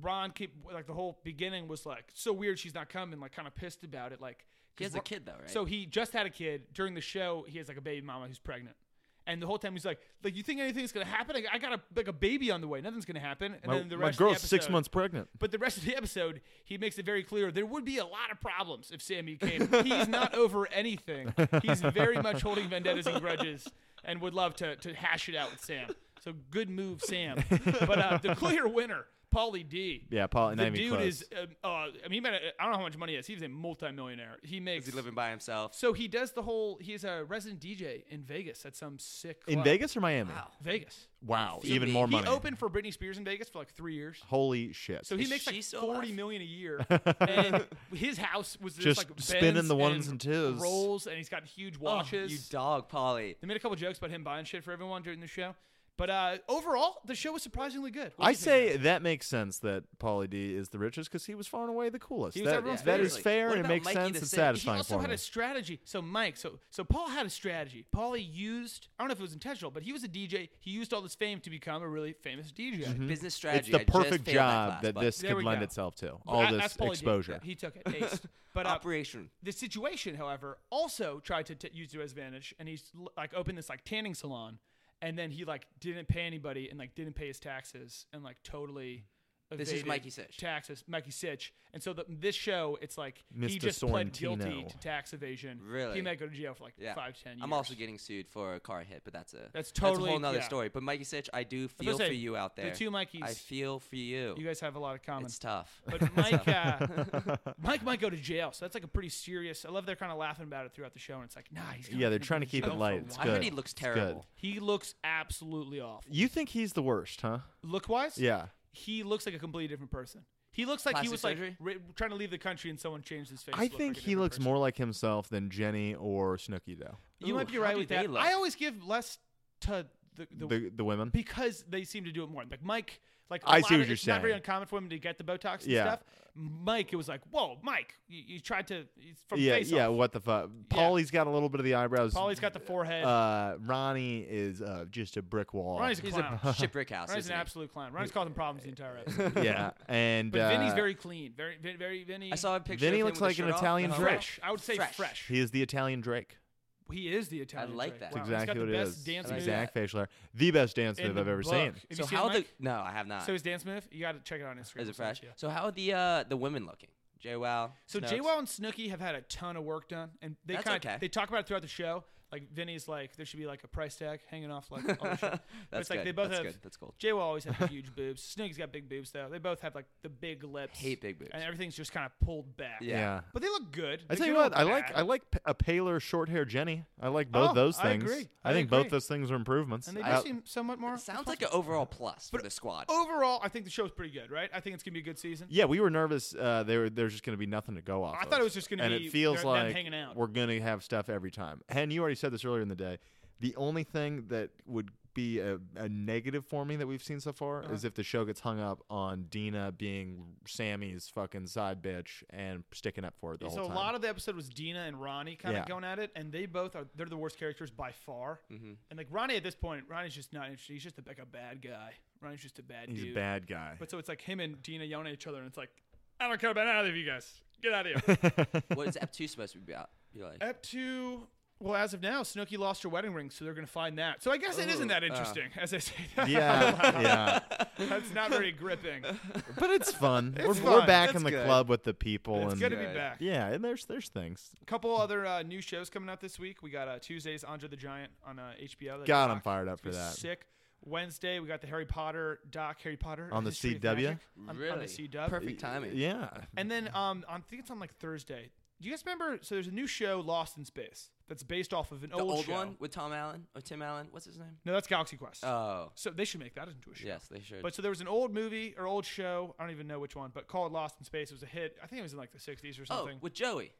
[SPEAKER 5] Ron keep like the whole beginning was like so weird. She's not coming. Like kind of pissed about it. Like 'cause
[SPEAKER 7] He has a
[SPEAKER 5] Ron-
[SPEAKER 7] kid though, right?
[SPEAKER 5] So he just had a kid during the show. He has like a baby mama who's pregnant. And the whole time he's like, like you think anything's gonna happen? I, I got a like a baby on the way. Nothing's gonna happen. And
[SPEAKER 6] My,
[SPEAKER 5] then the
[SPEAKER 6] my
[SPEAKER 5] rest
[SPEAKER 6] girl's
[SPEAKER 5] of the episode,
[SPEAKER 6] six months pregnant.
[SPEAKER 5] But the rest of the episode, he makes it very clear there would be a lot of problems if Sammy came. He's
[SPEAKER 6] (laughs)
[SPEAKER 5] not over anything. He's very much holding vendettas and grudges, and would love to to hash it out with Sam. So good move, Sam. But uh, the clear winner, Paulie D.
[SPEAKER 6] Yeah, Pauly- not
[SPEAKER 5] The
[SPEAKER 6] even
[SPEAKER 5] dude
[SPEAKER 6] close.
[SPEAKER 5] is. Um, uh, I mean, he might, I don't know how much money he has. He's a multimillionaire. He makes.
[SPEAKER 7] Is he living by himself?
[SPEAKER 5] So he does the whole. He's a resident DJ in Vegas at some sick.
[SPEAKER 6] In
[SPEAKER 5] club.
[SPEAKER 6] Vegas or Miami?
[SPEAKER 5] Vegas.
[SPEAKER 6] Wow,
[SPEAKER 7] Should
[SPEAKER 6] even
[SPEAKER 7] be.
[SPEAKER 6] more
[SPEAKER 5] He
[SPEAKER 6] money.
[SPEAKER 5] opened for Britney Spears in Vegas for like three years.
[SPEAKER 6] Holy shit!
[SPEAKER 5] So he
[SPEAKER 7] Is
[SPEAKER 5] makes
[SPEAKER 7] she
[SPEAKER 5] like
[SPEAKER 7] still
[SPEAKER 5] forty
[SPEAKER 7] alive?
[SPEAKER 5] million a
[SPEAKER 6] (laughs)
[SPEAKER 5] year, and his house was just,
[SPEAKER 6] Just
[SPEAKER 5] like
[SPEAKER 6] spinning
[SPEAKER 5] bends
[SPEAKER 6] the ones
[SPEAKER 5] and
[SPEAKER 6] and twos.
[SPEAKER 5] rolls, and he's got huge watches.
[SPEAKER 7] You dog, Polly.
[SPEAKER 5] they made a couple jokes about him buying shit for everyone during the show, but uh, overall, the show was surprisingly good. What do
[SPEAKER 6] I
[SPEAKER 5] you think,
[SPEAKER 6] say that makes sense that Paulie D is the richest because he was far and away the coolest.
[SPEAKER 5] He was
[SPEAKER 6] That,
[SPEAKER 5] everyone's
[SPEAKER 6] that is
[SPEAKER 7] favorite.
[SPEAKER 6] fair
[SPEAKER 7] What
[SPEAKER 6] and it
[SPEAKER 7] about
[SPEAKER 6] makes
[SPEAKER 7] Mikey
[SPEAKER 6] sense.
[SPEAKER 7] the
[SPEAKER 6] It's
[SPEAKER 7] Sixth?
[SPEAKER 5] He
[SPEAKER 6] satisfying
[SPEAKER 5] also
[SPEAKER 6] for
[SPEAKER 5] had
[SPEAKER 6] me.
[SPEAKER 5] a strategy. So Mike, so so Paul had a strategy. Paul he used I don't know if it was intentional, but he was a DJ. He used all this fame to become a really famous DJ.
[SPEAKER 7] Business
[SPEAKER 6] It's
[SPEAKER 7] strategy.
[SPEAKER 6] the
[SPEAKER 7] I just failed
[SPEAKER 6] perfect
[SPEAKER 7] that
[SPEAKER 6] job
[SPEAKER 7] class,
[SPEAKER 6] that
[SPEAKER 7] but-
[SPEAKER 6] this
[SPEAKER 5] There
[SPEAKER 6] could
[SPEAKER 5] we
[SPEAKER 6] lend
[SPEAKER 5] go.
[SPEAKER 6] itself to. All
[SPEAKER 5] That-
[SPEAKER 6] this
[SPEAKER 5] that's Pauly D.
[SPEAKER 6] exposure.
[SPEAKER 5] He took
[SPEAKER 7] (laughs)
[SPEAKER 5] it. aced. But uh,
[SPEAKER 7] Operation.
[SPEAKER 5] the situation, however, also tried to t- use to his advantage, and he's l- like opened this like tanning salon, and then he like didn't pay anybody and like didn't pay his taxes and like totally.
[SPEAKER 7] This is
[SPEAKER 5] evaded
[SPEAKER 7] Mikey Sitch.
[SPEAKER 5] Taxes, Mikey Sitch, and so the, this show, it's like he
[SPEAKER 6] Mr.
[SPEAKER 5] just pled guilty
[SPEAKER 6] Sorrentino.
[SPEAKER 5] to tax evasion.
[SPEAKER 7] Really?
[SPEAKER 5] he might go to jail for like
[SPEAKER 7] Yeah.
[SPEAKER 5] five, ten. Years.
[SPEAKER 7] I'm also getting sued for a car hit, but that's a
[SPEAKER 5] That's
[SPEAKER 7] that's a
[SPEAKER 5] totally-
[SPEAKER 7] whole nother
[SPEAKER 5] yeah.
[SPEAKER 7] story. But Mikey Sitch, I do
[SPEAKER 5] That's what
[SPEAKER 7] feel
[SPEAKER 5] I
[SPEAKER 7] for
[SPEAKER 5] say,
[SPEAKER 7] you out
[SPEAKER 5] the
[SPEAKER 7] there.
[SPEAKER 5] two Mikeys.
[SPEAKER 7] I feel for you.
[SPEAKER 5] you guys have a lot of common.
[SPEAKER 7] it's tough.
[SPEAKER 5] But Mike,
[SPEAKER 6] (laughs)
[SPEAKER 5] uh, Mike might go to jail, so that's like a pretty serious. I love they're kind of laughing about it throughout the show, and it's like, nah, he's gonna
[SPEAKER 6] Yeah, they're
[SPEAKER 5] fucking go
[SPEAKER 6] trying to keep
[SPEAKER 5] jail
[SPEAKER 6] it
[SPEAKER 5] for
[SPEAKER 6] light.
[SPEAKER 5] life.
[SPEAKER 6] It's
[SPEAKER 7] I heard
[SPEAKER 6] good.
[SPEAKER 7] he looks
[SPEAKER 6] It's good.
[SPEAKER 7] terrible.
[SPEAKER 5] He looks absolutely awful.
[SPEAKER 6] You think he's the worst, huh?
[SPEAKER 5] Look wise,
[SPEAKER 6] Yeah.
[SPEAKER 5] he looks like a completely different person. He looks like he
[SPEAKER 7] Plastic
[SPEAKER 5] was
[SPEAKER 7] surgery?
[SPEAKER 5] like ri- trying to leave the country, and someone changed his face.
[SPEAKER 6] I
[SPEAKER 5] to look like
[SPEAKER 6] think
[SPEAKER 5] a
[SPEAKER 6] he
[SPEAKER 5] different
[SPEAKER 6] looks
[SPEAKER 5] person.
[SPEAKER 6] more like himself than Jenny or Snooki, though.
[SPEAKER 5] You
[SPEAKER 7] Ooh,
[SPEAKER 5] might be
[SPEAKER 7] how
[SPEAKER 5] right
[SPEAKER 7] do
[SPEAKER 5] with
[SPEAKER 7] they
[SPEAKER 5] that.
[SPEAKER 7] look?
[SPEAKER 5] I always give less to the, the,
[SPEAKER 6] The the women.
[SPEAKER 5] because they seem to do it more. Like Mike, like I
[SPEAKER 6] I see what you're
[SPEAKER 5] It's not very
[SPEAKER 6] saying.
[SPEAKER 5] uncommon for women to get the Botox and
[SPEAKER 6] Yeah.
[SPEAKER 5] stuff. Mike, it was like, whoa, Mike, you, you tried to it's from
[SPEAKER 6] Yeah,
[SPEAKER 5] face
[SPEAKER 6] yeah.
[SPEAKER 5] off.
[SPEAKER 6] What the fuck? Paulie's got a little bit of the eyebrows.
[SPEAKER 5] Paulie's got the forehead.
[SPEAKER 6] Uh, Ronnie is uh, just a brick wall.
[SPEAKER 5] Ronnie's a
[SPEAKER 7] He's
[SPEAKER 6] (laughs)
[SPEAKER 5] clown.
[SPEAKER 7] a shipwreck house.
[SPEAKER 5] Ronnie's an
[SPEAKER 7] isn't he?
[SPEAKER 5] absolute clown. Ronnie's causing problems the entire episode.
[SPEAKER 6] yeah, and
[SPEAKER 5] But Vinny's
[SPEAKER 6] uh,
[SPEAKER 5] very clean. Very, very, very Vinny.
[SPEAKER 7] I saw a picture. of
[SPEAKER 6] Vinny
[SPEAKER 7] him
[SPEAKER 6] looks
[SPEAKER 7] with
[SPEAKER 6] like
[SPEAKER 7] his
[SPEAKER 6] an
[SPEAKER 7] shirt off,
[SPEAKER 6] Italian
[SPEAKER 7] and I was like,
[SPEAKER 5] fresh. I would say fresh.
[SPEAKER 7] Fresh.
[SPEAKER 6] He is the Italian Drake.
[SPEAKER 5] He is the Italian.
[SPEAKER 7] like
[SPEAKER 5] Drake.
[SPEAKER 7] that.
[SPEAKER 5] Wow,
[SPEAKER 6] That's
[SPEAKER 5] he's got
[SPEAKER 6] exactly
[SPEAKER 5] the
[SPEAKER 6] what
[SPEAKER 5] best
[SPEAKER 6] it is.
[SPEAKER 5] Dance
[SPEAKER 7] like
[SPEAKER 5] move
[SPEAKER 6] exact facial hair. The best dance
[SPEAKER 5] in
[SPEAKER 6] move
[SPEAKER 5] the
[SPEAKER 6] I've ever
[SPEAKER 5] book.
[SPEAKER 6] seen.
[SPEAKER 5] Have
[SPEAKER 7] So
[SPEAKER 5] you seen
[SPEAKER 7] how
[SPEAKER 5] it,
[SPEAKER 7] the?
[SPEAKER 5] Mike?
[SPEAKER 7] No, I have not.
[SPEAKER 5] So his dance move, you got to check it out on Instagram.
[SPEAKER 7] Is
[SPEAKER 5] I'll
[SPEAKER 7] it
[SPEAKER 5] send
[SPEAKER 7] fresh?
[SPEAKER 5] to you.
[SPEAKER 7] So how are the uh, the women looking? Jay Wow.
[SPEAKER 5] So
[SPEAKER 7] Snooks?
[SPEAKER 5] Jay Wow and Snooki have had a ton of work done, and they
[SPEAKER 7] That's
[SPEAKER 5] kind
[SPEAKER 7] okay.
[SPEAKER 5] they talk about it throughout the show. Like Vinny's like there should be like a price tag hanging off like. On
[SPEAKER 7] (laughs)
[SPEAKER 5] the show. But
[SPEAKER 7] That's
[SPEAKER 5] it's like
[SPEAKER 7] good.
[SPEAKER 5] they both
[SPEAKER 7] That's
[SPEAKER 5] have.
[SPEAKER 7] good. That's cool.
[SPEAKER 5] Jay Wow
[SPEAKER 7] (laughs)
[SPEAKER 5] always had huge boobs. Snooki's got big boobs though. They both have like the big lips.
[SPEAKER 7] Hate big boobs.
[SPEAKER 5] And everything's just kind of pulled back.
[SPEAKER 7] Yeah.
[SPEAKER 5] But they look good.
[SPEAKER 6] I
[SPEAKER 5] They
[SPEAKER 6] tell you
[SPEAKER 5] don't
[SPEAKER 6] what,
[SPEAKER 5] look
[SPEAKER 6] I like
[SPEAKER 5] bad.
[SPEAKER 6] I like p- a paler, short hair Jenny. I like both
[SPEAKER 5] Oh,
[SPEAKER 6] those
[SPEAKER 5] I
[SPEAKER 6] things.
[SPEAKER 5] agree.
[SPEAKER 6] I,
[SPEAKER 5] I
[SPEAKER 6] think
[SPEAKER 5] agree.
[SPEAKER 6] both those things are improvements.
[SPEAKER 5] And they do
[SPEAKER 6] I-
[SPEAKER 5] seem somewhat more.
[SPEAKER 7] Sounds like an overall plus for the squad.
[SPEAKER 5] Overall, I think the show's pretty good, right? I think it's gonna be a good season.
[SPEAKER 6] yeah, we were nervous. Uh, there, there's just going to be nothing to go off.
[SPEAKER 5] I
[SPEAKER 6] of.
[SPEAKER 5] thought it was just gonna
[SPEAKER 6] and
[SPEAKER 5] be
[SPEAKER 6] it feels
[SPEAKER 5] them
[SPEAKER 6] like
[SPEAKER 5] hanging out.
[SPEAKER 6] we're going to have stuff every time. And you already said this earlier in the day. The only thing that would be a, a negative for me that we've seen so far
[SPEAKER 5] Uh-huh.
[SPEAKER 6] is if the show gets hung up on Dina being Sammy's fucking side bitch and sticking up for it the
[SPEAKER 5] so
[SPEAKER 6] whole
[SPEAKER 5] a
[SPEAKER 6] time.
[SPEAKER 5] lot of the episode was Dina and Ronnie kind of
[SPEAKER 6] Yeah.
[SPEAKER 5] going at it, and they both are they're the worst characters by far.
[SPEAKER 6] Mm-hmm.
[SPEAKER 5] And like Ronnie at this point, Ronnie's just not interested. He's just a, like a bad guy. Ronnie's just a bad
[SPEAKER 6] He's
[SPEAKER 5] dude.
[SPEAKER 6] a bad guy.
[SPEAKER 5] But so it's like him and Dina yelling at each other, and it's like I don't care
[SPEAKER 6] (laughs)
[SPEAKER 5] about either of you guys. Get out of here.
[SPEAKER 7] what is Ep two supposed to be about? Be like,
[SPEAKER 5] Ep two. Well, as of now, Snooki lost her wedding ring, so they're going to find that. So I guess it isn't that interesting, as I say. (laughs) that.
[SPEAKER 6] (laughs) Ah. Yeah, yeah.
[SPEAKER 5] That's not very
[SPEAKER 6] (laughs)
[SPEAKER 5] gripping.
[SPEAKER 6] But
[SPEAKER 5] (laughs)
[SPEAKER 6] it's fun. we're,
[SPEAKER 5] fun.
[SPEAKER 6] we're back
[SPEAKER 7] It's
[SPEAKER 6] in the
[SPEAKER 7] good.
[SPEAKER 6] club with the people.
[SPEAKER 5] It's
[SPEAKER 6] and
[SPEAKER 5] good to be back.
[SPEAKER 6] Yeah, and there's there's things.
[SPEAKER 5] A couple other uh, new shows coming out this week. We got uh, Tuesday's Andre the Giant on uh, HBO. That
[SPEAKER 6] God, I'm
[SPEAKER 5] doc.
[SPEAKER 6] fired up
[SPEAKER 5] It's
[SPEAKER 6] for
[SPEAKER 5] gonna be
[SPEAKER 6] that.
[SPEAKER 5] Sick. Wednesday, we got the Harry Potter doc, Harry Potter (laughs)
[SPEAKER 6] On the
[SPEAKER 5] History of
[SPEAKER 6] CW?
[SPEAKER 5] Magic. On, on the CW.
[SPEAKER 7] Perfect timing.
[SPEAKER 6] Yeah.
[SPEAKER 5] And then um, I think it's on like Thursday. Do you guys remember? So there's a new show, Lost in Space, that's based off of an
[SPEAKER 7] The old,
[SPEAKER 5] show.
[SPEAKER 7] one with Tom Allen or Tim Allen. What's his name?
[SPEAKER 5] No, that's Galaxy Quest.
[SPEAKER 7] Oh,
[SPEAKER 5] so they should make that into a show.
[SPEAKER 7] yes, they should.
[SPEAKER 5] But so there was an old movie or old show, I don't even know which one, but called Lost in Space. It was a hit. I think it was in like the 60s or
[SPEAKER 7] oh,
[SPEAKER 5] something.
[SPEAKER 7] with Joey.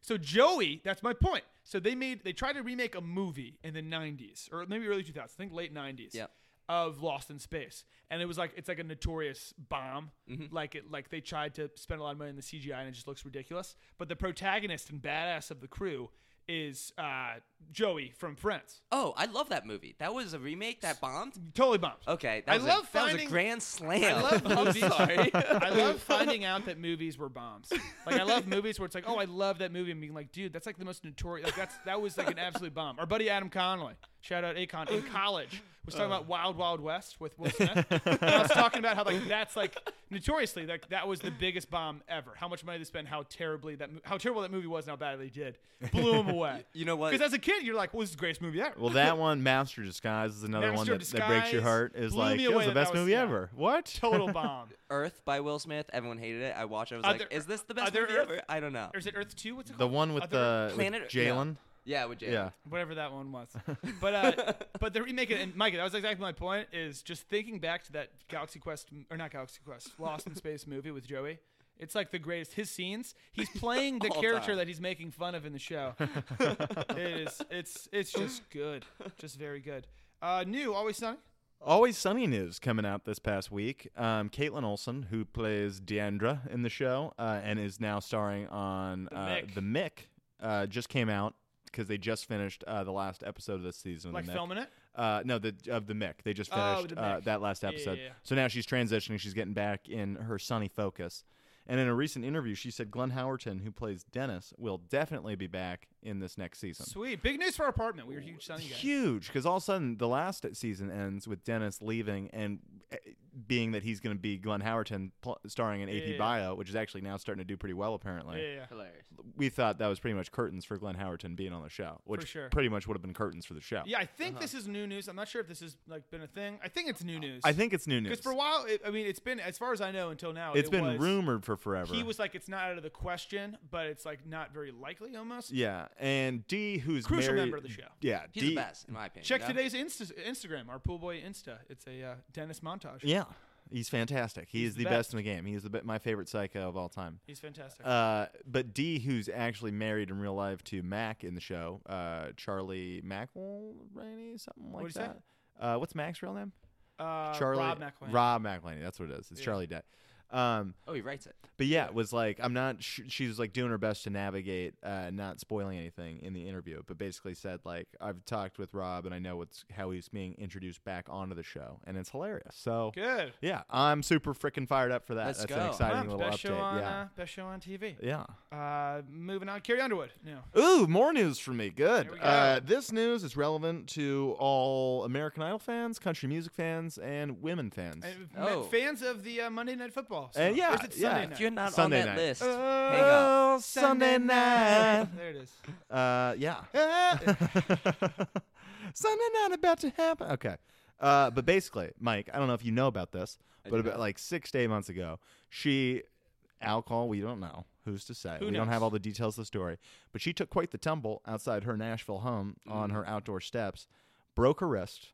[SPEAKER 5] so Joey, that's my point. So they made they tried to remake a movie in the 90s or maybe early 2000s, I think late 90s.
[SPEAKER 7] Yep.
[SPEAKER 5] Of Lost in Space, and it was like it's like a notorious bomb.
[SPEAKER 7] Mm-hmm.
[SPEAKER 5] Like it, like they tried to spend a lot of money on the CGI, and it just looks ridiculous. But the protagonist and badass of the crew is uh, Joey from Friends.
[SPEAKER 7] Oh, I love that movie. That was a remake that bombed.
[SPEAKER 5] Totally bombed.
[SPEAKER 7] Okay, that
[SPEAKER 5] I
[SPEAKER 7] was
[SPEAKER 5] love
[SPEAKER 7] a, that was
[SPEAKER 5] finding
[SPEAKER 7] a grand slam.
[SPEAKER 5] I (laughs) love movies.
[SPEAKER 7] sorry.
[SPEAKER 5] I love finding out that movies were bombs. Like I love movies where it's like, oh, I love that movie, and being like, dude, that's like the most notorious. Like that's that was like an absolute bomb. Our buddy Adam Conley, shout out Akon, in college was talking about Wild Wild West with Will Smith. and I was talking about how like that's like notoriously like that was the biggest bomb ever. How much money they spent, how terribly that mo- how terrible that movie was, and how badly they did, blew him away.
[SPEAKER 7] You know what?
[SPEAKER 5] Because as a kid, you're like, well, this is the greatest movie ever.
[SPEAKER 6] Well, that one, Master of Disguise, is another one
[SPEAKER 5] Master
[SPEAKER 6] that,
[SPEAKER 5] of
[SPEAKER 6] that breaks your
[SPEAKER 5] Disguise
[SPEAKER 6] heart. Is
[SPEAKER 5] blew
[SPEAKER 6] like
[SPEAKER 5] me
[SPEAKER 6] it was
[SPEAKER 5] away
[SPEAKER 6] the
[SPEAKER 5] that that
[SPEAKER 6] best
[SPEAKER 5] was-
[SPEAKER 6] movie
[SPEAKER 5] yeah.
[SPEAKER 6] ever. What? (laughs)
[SPEAKER 5] Total bomb.
[SPEAKER 7] (laughs) Earth by Will Smith. Everyone hated it. I watched. it. I was
[SPEAKER 5] Are
[SPEAKER 7] like,
[SPEAKER 5] there-
[SPEAKER 7] is this the
[SPEAKER 5] are
[SPEAKER 7] best
[SPEAKER 5] there
[SPEAKER 7] movie
[SPEAKER 5] Earth-
[SPEAKER 7] ever? I don't know.
[SPEAKER 5] Or is it Earth Two? What's it
[SPEAKER 6] The
[SPEAKER 5] called?
[SPEAKER 6] one with
[SPEAKER 5] Other-
[SPEAKER 6] the with
[SPEAKER 7] Planet- yeah.
[SPEAKER 6] Jalen.
[SPEAKER 7] Yeah, with Jalen.
[SPEAKER 6] Yeah.
[SPEAKER 5] whatever that one was.
[SPEAKER 7] (laughs)
[SPEAKER 5] But uh, but the remake and Mike, that was exactly my point. Is just thinking back to that Galaxy Quest or not Galaxy Quest, Lost in Space movie with Joey. It's like the greatest. His scenes,
[SPEAKER 7] (laughs)
[SPEAKER 5] he's playing the
[SPEAKER 7] All
[SPEAKER 5] character
[SPEAKER 7] time.
[SPEAKER 5] that he's making fun of in
[SPEAKER 7] (laughs)
[SPEAKER 5] the show. it is. It's it's just good, just very good. Uh, new Always Sunny.
[SPEAKER 6] Always Sunny news coming out this past week. Um, Caitlin Olsen, who plays Deandra in the show uh, and is now starring on The uh,
[SPEAKER 5] Mick.
[SPEAKER 6] The Mick, uh, just came out because they just finished uh, the last episode of this season. of
[SPEAKER 5] Like
[SPEAKER 6] the Mick.
[SPEAKER 5] filming it?
[SPEAKER 6] Uh, no, the of the Mick. They just
[SPEAKER 5] Oh,
[SPEAKER 6] finished
[SPEAKER 5] The
[SPEAKER 6] uh,
[SPEAKER 5] Mick.
[SPEAKER 6] that last
[SPEAKER 5] Yeah,
[SPEAKER 6] episode.
[SPEAKER 5] yeah, yeah.
[SPEAKER 6] So now she's transitioning. She's getting back in her sunny focus. And in a recent interview, she said Glenn Howerton, who plays Dennis, will definitely be back in this next season
[SPEAKER 5] Sweet, big news for our apartment. We were huge Sunny guys.
[SPEAKER 6] huge because all of a sudden the last season ends with Dennis leaving and eh, being that he's going to be Glenn Howerton pl- starring in AP
[SPEAKER 5] Yeah.
[SPEAKER 6] Bio, which is actually now starting to do pretty well
[SPEAKER 5] Yeah,
[SPEAKER 6] apparently.
[SPEAKER 5] yeah, yeah.
[SPEAKER 7] Hilarious.
[SPEAKER 6] We thought that was pretty much curtains for Glenn Howerton being on the show, which
[SPEAKER 5] sure.
[SPEAKER 6] pretty much would have been curtains for the show.
[SPEAKER 5] Yeah, I
[SPEAKER 7] Uh-huh.
[SPEAKER 5] think this is new news. I'm not sure if this has like been a thing. I think it's new news.
[SPEAKER 6] I think it's new news.
[SPEAKER 5] because for a while, it, I mean, it's been as far as I know until now.
[SPEAKER 6] it's
[SPEAKER 5] it
[SPEAKER 6] been
[SPEAKER 5] was-
[SPEAKER 6] rumored for forever.
[SPEAKER 5] He was like, it's not out of the question, but it's like not very likely almost.
[SPEAKER 6] yeah, and D, who's
[SPEAKER 5] Crucial
[SPEAKER 6] married-
[SPEAKER 5] member of the show.
[SPEAKER 6] Yeah,
[SPEAKER 7] He's
[SPEAKER 6] D,
[SPEAKER 7] the best, in my opinion.
[SPEAKER 5] Check
[SPEAKER 7] no?
[SPEAKER 5] today's Insta- Instagram, our pool boy Insta. It's a uh, Dennis montage.
[SPEAKER 6] Yeah, he's fantastic. He is
[SPEAKER 5] the
[SPEAKER 6] the,
[SPEAKER 5] best.
[SPEAKER 6] best. in the game. He is the be- my favorite psycho of all time.
[SPEAKER 5] He's fantastic.
[SPEAKER 6] Uh, but D, who's actually married in real life to Mac in the show, uh, Charlie McElhaney, something like
[SPEAKER 5] What'd he say?
[SPEAKER 6] that. Uh, what's Mac's real name?
[SPEAKER 5] Uh,
[SPEAKER 6] Charlie
[SPEAKER 5] Rob McElhenney.
[SPEAKER 6] Rob McElhaney. That's what it is. It's Charlie Day. Um,
[SPEAKER 7] Oh, he writes it.
[SPEAKER 6] but yeah, it was like I'm not. Sh- she was like doing her best to navigate, uh, not spoiling anything in the interview, but basically said like I've talked with Rob and I know what's how he's being introduced back onto the show, and it's hilarious. So
[SPEAKER 5] Good.
[SPEAKER 6] yeah, I'm super freaking fired up for that.
[SPEAKER 7] Let's
[SPEAKER 6] That's
[SPEAKER 7] go.
[SPEAKER 6] an exciting
[SPEAKER 5] Wow,
[SPEAKER 6] little
[SPEAKER 5] best
[SPEAKER 6] update.
[SPEAKER 5] show on
[SPEAKER 6] yeah,
[SPEAKER 5] uh, best show on TV.
[SPEAKER 6] yeah.
[SPEAKER 5] Uh, moving on, Carrie Underwood. No.
[SPEAKER 6] Ooh, more news for me. Good.
[SPEAKER 5] Here we go.
[SPEAKER 6] Uh, this news is relevant to all American Idol fans, country music fans, and women fans.
[SPEAKER 5] And f-
[SPEAKER 7] Oh.
[SPEAKER 5] Uh, Fans of the uh, Monday Night Football. So,
[SPEAKER 6] And Uh, yeah,
[SPEAKER 5] or is it Sunday
[SPEAKER 6] yeah.
[SPEAKER 5] night?
[SPEAKER 7] If you're not
[SPEAKER 6] Sunday
[SPEAKER 7] on that
[SPEAKER 6] night.
[SPEAKER 7] list,
[SPEAKER 5] Uh,
[SPEAKER 7] hang up.
[SPEAKER 6] oh, Sunday night.
[SPEAKER 5] There it is.
[SPEAKER 6] Uh, (laughs) yeah. Sunday night about to happen. Okay. Uh, but basically, Mike, I don't know if you know about this, but about like six to eight months ago, she alcohol. We don't know who's to say.
[SPEAKER 5] Who
[SPEAKER 6] we don't
[SPEAKER 5] knows?
[SPEAKER 6] have all the details of the story, but she took quite the tumble outside her Nashville home on her outdoor steps, broke her wrist,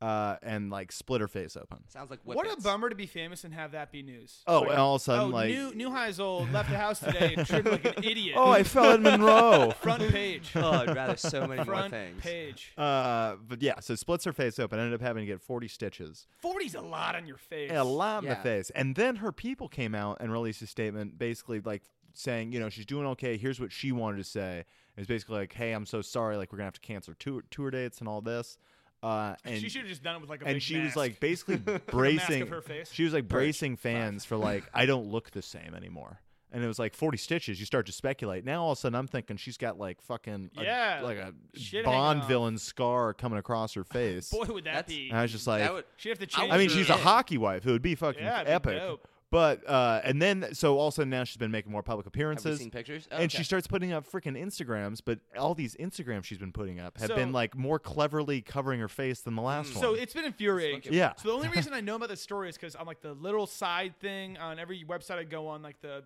[SPEAKER 6] uh, and like split her face open.
[SPEAKER 7] Sounds like
[SPEAKER 5] What a
[SPEAKER 7] Whippets.
[SPEAKER 5] bummer to be famous and have that be news.
[SPEAKER 6] Oh, and all of a sudden,
[SPEAKER 5] oh,
[SPEAKER 6] like,
[SPEAKER 5] new new high's old left the house today and tripped like
[SPEAKER 6] (laughs)
[SPEAKER 5] an idiot.
[SPEAKER 6] oh, I fell in Monroe.
[SPEAKER 5] front
[SPEAKER 6] (laughs)
[SPEAKER 5] page.
[SPEAKER 7] Oh, I'd rather so many more
[SPEAKER 5] front
[SPEAKER 7] things.
[SPEAKER 5] page.
[SPEAKER 6] Uh, but yeah, so splits her face open. Ended up having to get forty stitches.
[SPEAKER 5] 40's a lot on your face.
[SPEAKER 6] a lot in
[SPEAKER 7] Yeah.
[SPEAKER 6] the face. And then her people came out and released a statement basically like saying, you know, she's doing okay. Here's what she wanted to say. It's basically like, hey, I'm so sorry. Like, we're going to have to cancel tour, tour dates and all this. Uh, and
[SPEAKER 5] she should have just done it with like a
[SPEAKER 6] and
[SPEAKER 5] big
[SPEAKER 6] she was
[SPEAKER 5] mask.
[SPEAKER 6] like basically bracing
[SPEAKER 5] her face.
[SPEAKER 6] She was like bracing fans for like I don't look the same anymore. and it was like 40 stitches, you start to speculate. Now all of a sudden I'm thinking she's got like fucking a-
[SPEAKER 5] Yeah,
[SPEAKER 6] like a
[SPEAKER 5] shit hanging
[SPEAKER 6] Bond
[SPEAKER 5] off.
[SPEAKER 6] villain scar coming across
[SPEAKER 5] (laughs)
[SPEAKER 6] her face.
[SPEAKER 5] (laughs) Boy, would that
[SPEAKER 7] That's-
[SPEAKER 5] be?
[SPEAKER 6] and I was just like
[SPEAKER 7] that would,
[SPEAKER 5] She'd have to
[SPEAKER 7] I
[SPEAKER 5] change.
[SPEAKER 6] I mean,
[SPEAKER 5] her-
[SPEAKER 6] she's a hockey wife. It would be fucking
[SPEAKER 5] Yeah, it'd be
[SPEAKER 6] epic.
[SPEAKER 5] dope.
[SPEAKER 6] But uh, and then so all of a sudden now she's been making more public
[SPEAKER 7] have we
[SPEAKER 6] appearances.
[SPEAKER 7] seen pictures? Oh,
[SPEAKER 6] And
[SPEAKER 7] okay.
[SPEAKER 6] she starts putting up freaking Instagrams, but all these Instagrams she's been putting up have
[SPEAKER 5] So- Mm.
[SPEAKER 6] been like more cleverly covering her face than the last
[SPEAKER 5] (laughs)
[SPEAKER 6] one.
[SPEAKER 5] So it's been infuriating.
[SPEAKER 7] Fucking-
[SPEAKER 6] yeah,
[SPEAKER 5] So the only reason I know about this story is because on like the little side thing on every website I go on, like the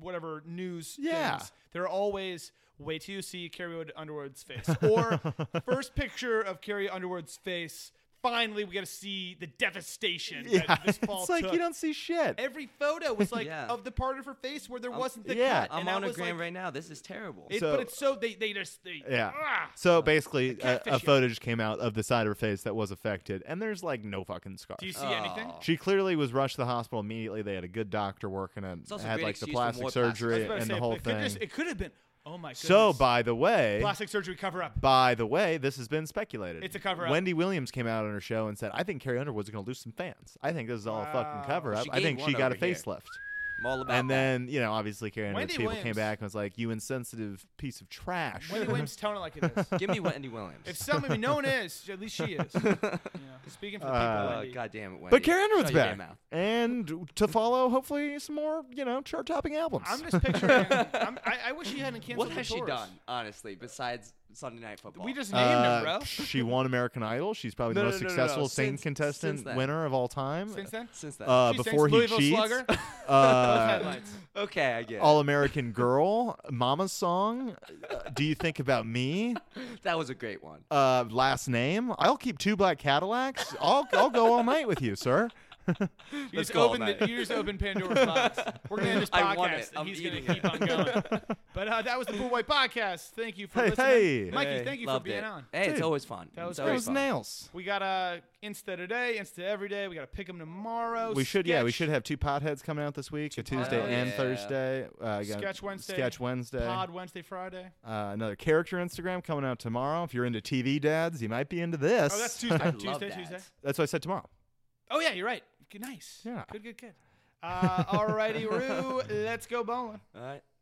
[SPEAKER 5] whatever news.
[SPEAKER 6] Yeah.
[SPEAKER 5] Things, there are always wait till you see Carrie Wood- Underwood's face
[SPEAKER 6] (laughs)
[SPEAKER 5] or first picture of Carrie Underwood's face. Finally, we got to see the devastation
[SPEAKER 6] (laughs) yeah.
[SPEAKER 5] that this fall
[SPEAKER 6] It's like
[SPEAKER 5] took.
[SPEAKER 6] you don't see shit.
[SPEAKER 5] Every photo was like
[SPEAKER 7] (laughs) Yeah.
[SPEAKER 5] of the part of her face where there wasn't the
[SPEAKER 6] yeah.
[SPEAKER 5] cut.
[SPEAKER 7] I'm
[SPEAKER 5] and
[SPEAKER 7] on
[SPEAKER 5] I
[SPEAKER 7] a
[SPEAKER 5] was
[SPEAKER 7] gram
[SPEAKER 5] like,
[SPEAKER 7] right now. This is terrible.
[SPEAKER 5] It,
[SPEAKER 6] So-
[SPEAKER 5] but it's so they they just they
[SPEAKER 6] Yeah.
[SPEAKER 5] ah.
[SPEAKER 6] So basically, a, a
[SPEAKER 5] catfish you.
[SPEAKER 6] photo just came out of the side of her face that was affected, and there's like no fucking scar.
[SPEAKER 5] Do you see anything?
[SPEAKER 6] She clearly was rushed to the hospital immediately. They had a good doctor working it.
[SPEAKER 7] also a
[SPEAKER 6] had
[SPEAKER 7] great
[SPEAKER 6] like the
[SPEAKER 7] excuse for more
[SPEAKER 6] plastic
[SPEAKER 7] plastic. I was
[SPEAKER 5] I
[SPEAKER 6] surgery
[SPEAKER 5] was about to
[SPEAKER 6] and
[SPEAKER 5] say,
[SPEAKER 6] the whole
[SPEAKER 5] but it could
[SPEAKER 6] thing.
[SPEAKER 5] just- it could have been. Oh my goodness.
[SPEAKER 6] so by the way,
[SPEAKER 5] plastic surgery cover up.
[SPEAKER 6] by the way, this has been speculated.
[SPEAKER 5] It's a cover-up.
[SPEAKER 6] Wendy Williams came out on her show and said, "I think Carrie Underwood's going to lose some fans. I think this is all a
[SPEAKER 5] Wow.
[SPEAKER 6] fucking cover up.
[SPEAKER 7] She
[SPEAKER 6] I think
[SPEAKER 7] gained
[SPEAKER 6] she
[SPEAKER 7] one
[SPEAKER 6] got a
[SPEAKER 7] over here.
[SPEAKER 6] facelift."
[SPEAKER 7] I'm all about
[SPEAKER 6] And
[SPEAKER 7] that.
[SPEAKER 6] then you know, obviously, Carrie Underwood's
[SPEAKER 5] Wendy
[SPEAKER 6] people came
[SPEAKER 5] Williams.
[SPEAKER 6] back and was like, "You insensitive piece of trash." (laughs)
[SPEAKER 5] Wendy Williams telling it like it is.
[SPEAKER 7] Give me Wendy
[SPEAKER 5] (laughs)
[SPEAKER 7] Williams.
[SPEAKER 5] If some, I mean, no one is. At least
[SPEAKER 6] (laughs)
[SPEAKER 5] she is. You know, speaking for the people,
[SPEAKER 7] Uh,
[SPEAKER 5] Wendy.
[SPEAKER 7] God damn it, Wendy.
[SPEAKER 6] But Carrie
[SPEAKER 7] Shut
[SPEAKER 6] Underwood's
[SPEAKER 7] your damn
[SPEAKER 6] back,
[SPEAKER 7] mouth.
[SPEAKER 6] and to follow, hopefully, some more you know chart-topping albums.
[SPEAKER 5] I'm just picturing. I'm, I, I wish she hadn't canceled.
[SPEAKER 7] What
[SPEAKER 5] the
[SPEAKER 7] has she
[SPEAKER 5] tours.
[SPEAKER 7] done, honestly, besides Sunday Night Football?
[SPEAKER 5] We just named
[SPEAKER 6] Uh,
[SPEAKER 5] her, bro.
[SPEAKER 6] (laughs) she won American Idol. She's probably the
[SPEAKER 7] No,
[SPEAKER 6] most
[SPEAKER 7] no, no, no, no.
[SPEAKER 6] successful singing
[SPEAKER 7] Since-
[SPEAKER 6] contestant
[SPEAKER 7] since then.
[SPEAKER 6] winner of all time.
[SPEAKER 5] Since then,
[SPEAKER 7] since then.
[SPEAKER 6] uh,
[SPEAKER 5] She sings
[SPEAKER 6] before he
[SPEAKER 5] Louisville
[SPEAKER 6] cheats,
[SPEAKER 5] Slugger.
[SPEAKER 6] (laughs)
[SPEAKER 7] (laughs)
[SPEAKER 6] uh,
[SPEAKER 5] Headlines.
[SPEAKER 7] okay, I get it.
[SPEAKER 6] All American Girl, Mama's Song, uh, Do You Think About Me,
[SPEAKER 7] that was a great one.
[SPEAKER 6] uh, Last Name. I'll keep two black Cadillacs. I'll I'll go all night with you, sir.
[SPEAKER 5] You just
[SPEAKER 7] go all
[SPEAKER 5] open the,
[SPEAKER 7] night.
[SPEAKER 5] you just
[SPEAKER 7] (laughs)
[SPEAKER 5] open Pandora's box. We're gonna end this
[SPEAKER 7] I want
[SPEAKER 5] podcast,
[SPEAKER 7] it.
[SPEAKER 5] and
[SPEAKER 7] I'm
[SPEAKER 5] he's gonna
[SPEAKER 7] eating
[SPEAKER 5] keep
[SPEAKER 7] (laughs)
[SPEAKER 5] on going. But uh, that was the Blue White Podcast. Thank you for
[SPEAKER 6] Hey,
[SPEAKER 5] listening,
[SPEAKER 6] hey.
[SPEAKER 5] Mikey.
[SPEAKER 7] Hey,
[SPEAKER 5] thank you for
[SPEAKER 7] loved
[SPEAKER 5] being
[SPEAKER 7] it.
[SPEAKER 5] on.
[SPEAKER 7] Hey, it's
[SPEAKER 6] Dude,
[SPEAKER 7] always fun.
[SPEAKER 5] that
[SPEAKER 7] It's
[SPEAKER 5] was great.
[SPEAKER 7] always
[SPEAKER 6] Those
[SPEAKER 7] fun.
[SPEAKER 6] nails.
[SPEAKER 5] We got uh, Insta today, Insta every day. We got to pick them tomorrow.
[SPEAKER 6] We should, yeah, we
[SPEAKER 5] Sketch.
[SPEAKER 6] should have two potheads coming out this week, a Tuesday
[SPEAKER 7] potheads.
[SPEAKER 6] and
[SPEAKER 7] Yeah.
[SPEAKER 6] Thursday. Uh, I got
[SPEAKER 5] Sketch Wednesday.
[SPEAKER 6] Sketch Wednesday.
[SPEAKER 5] Pod Wednesday,
[SPEAKER 6] (laughs)
[SPEAKER 5] Friday.
[SPEAKER 6] Uh, another character Instagram coming out tomorrow. If you're into TV dads, you might be into this.
[SPEAKER 5] Oh, that's Tuesday.
[SPEAKER 7] love
[SPEAKER 5] Tuesday,
[SPEAKER 7] that.
[SPEAKER 5] Tuesday.
[SPEAKER 6] That's what I said tomorrow.
[SPEAKER 5] Oh yeah, you're right. Good, nice.
[SPEAKER 6] Yeah. (laughs)
[SPEAKER 5] Good, good, good. Uh, alrighty, Roo. Let's go bowling.
[SPEAKER 7] All right.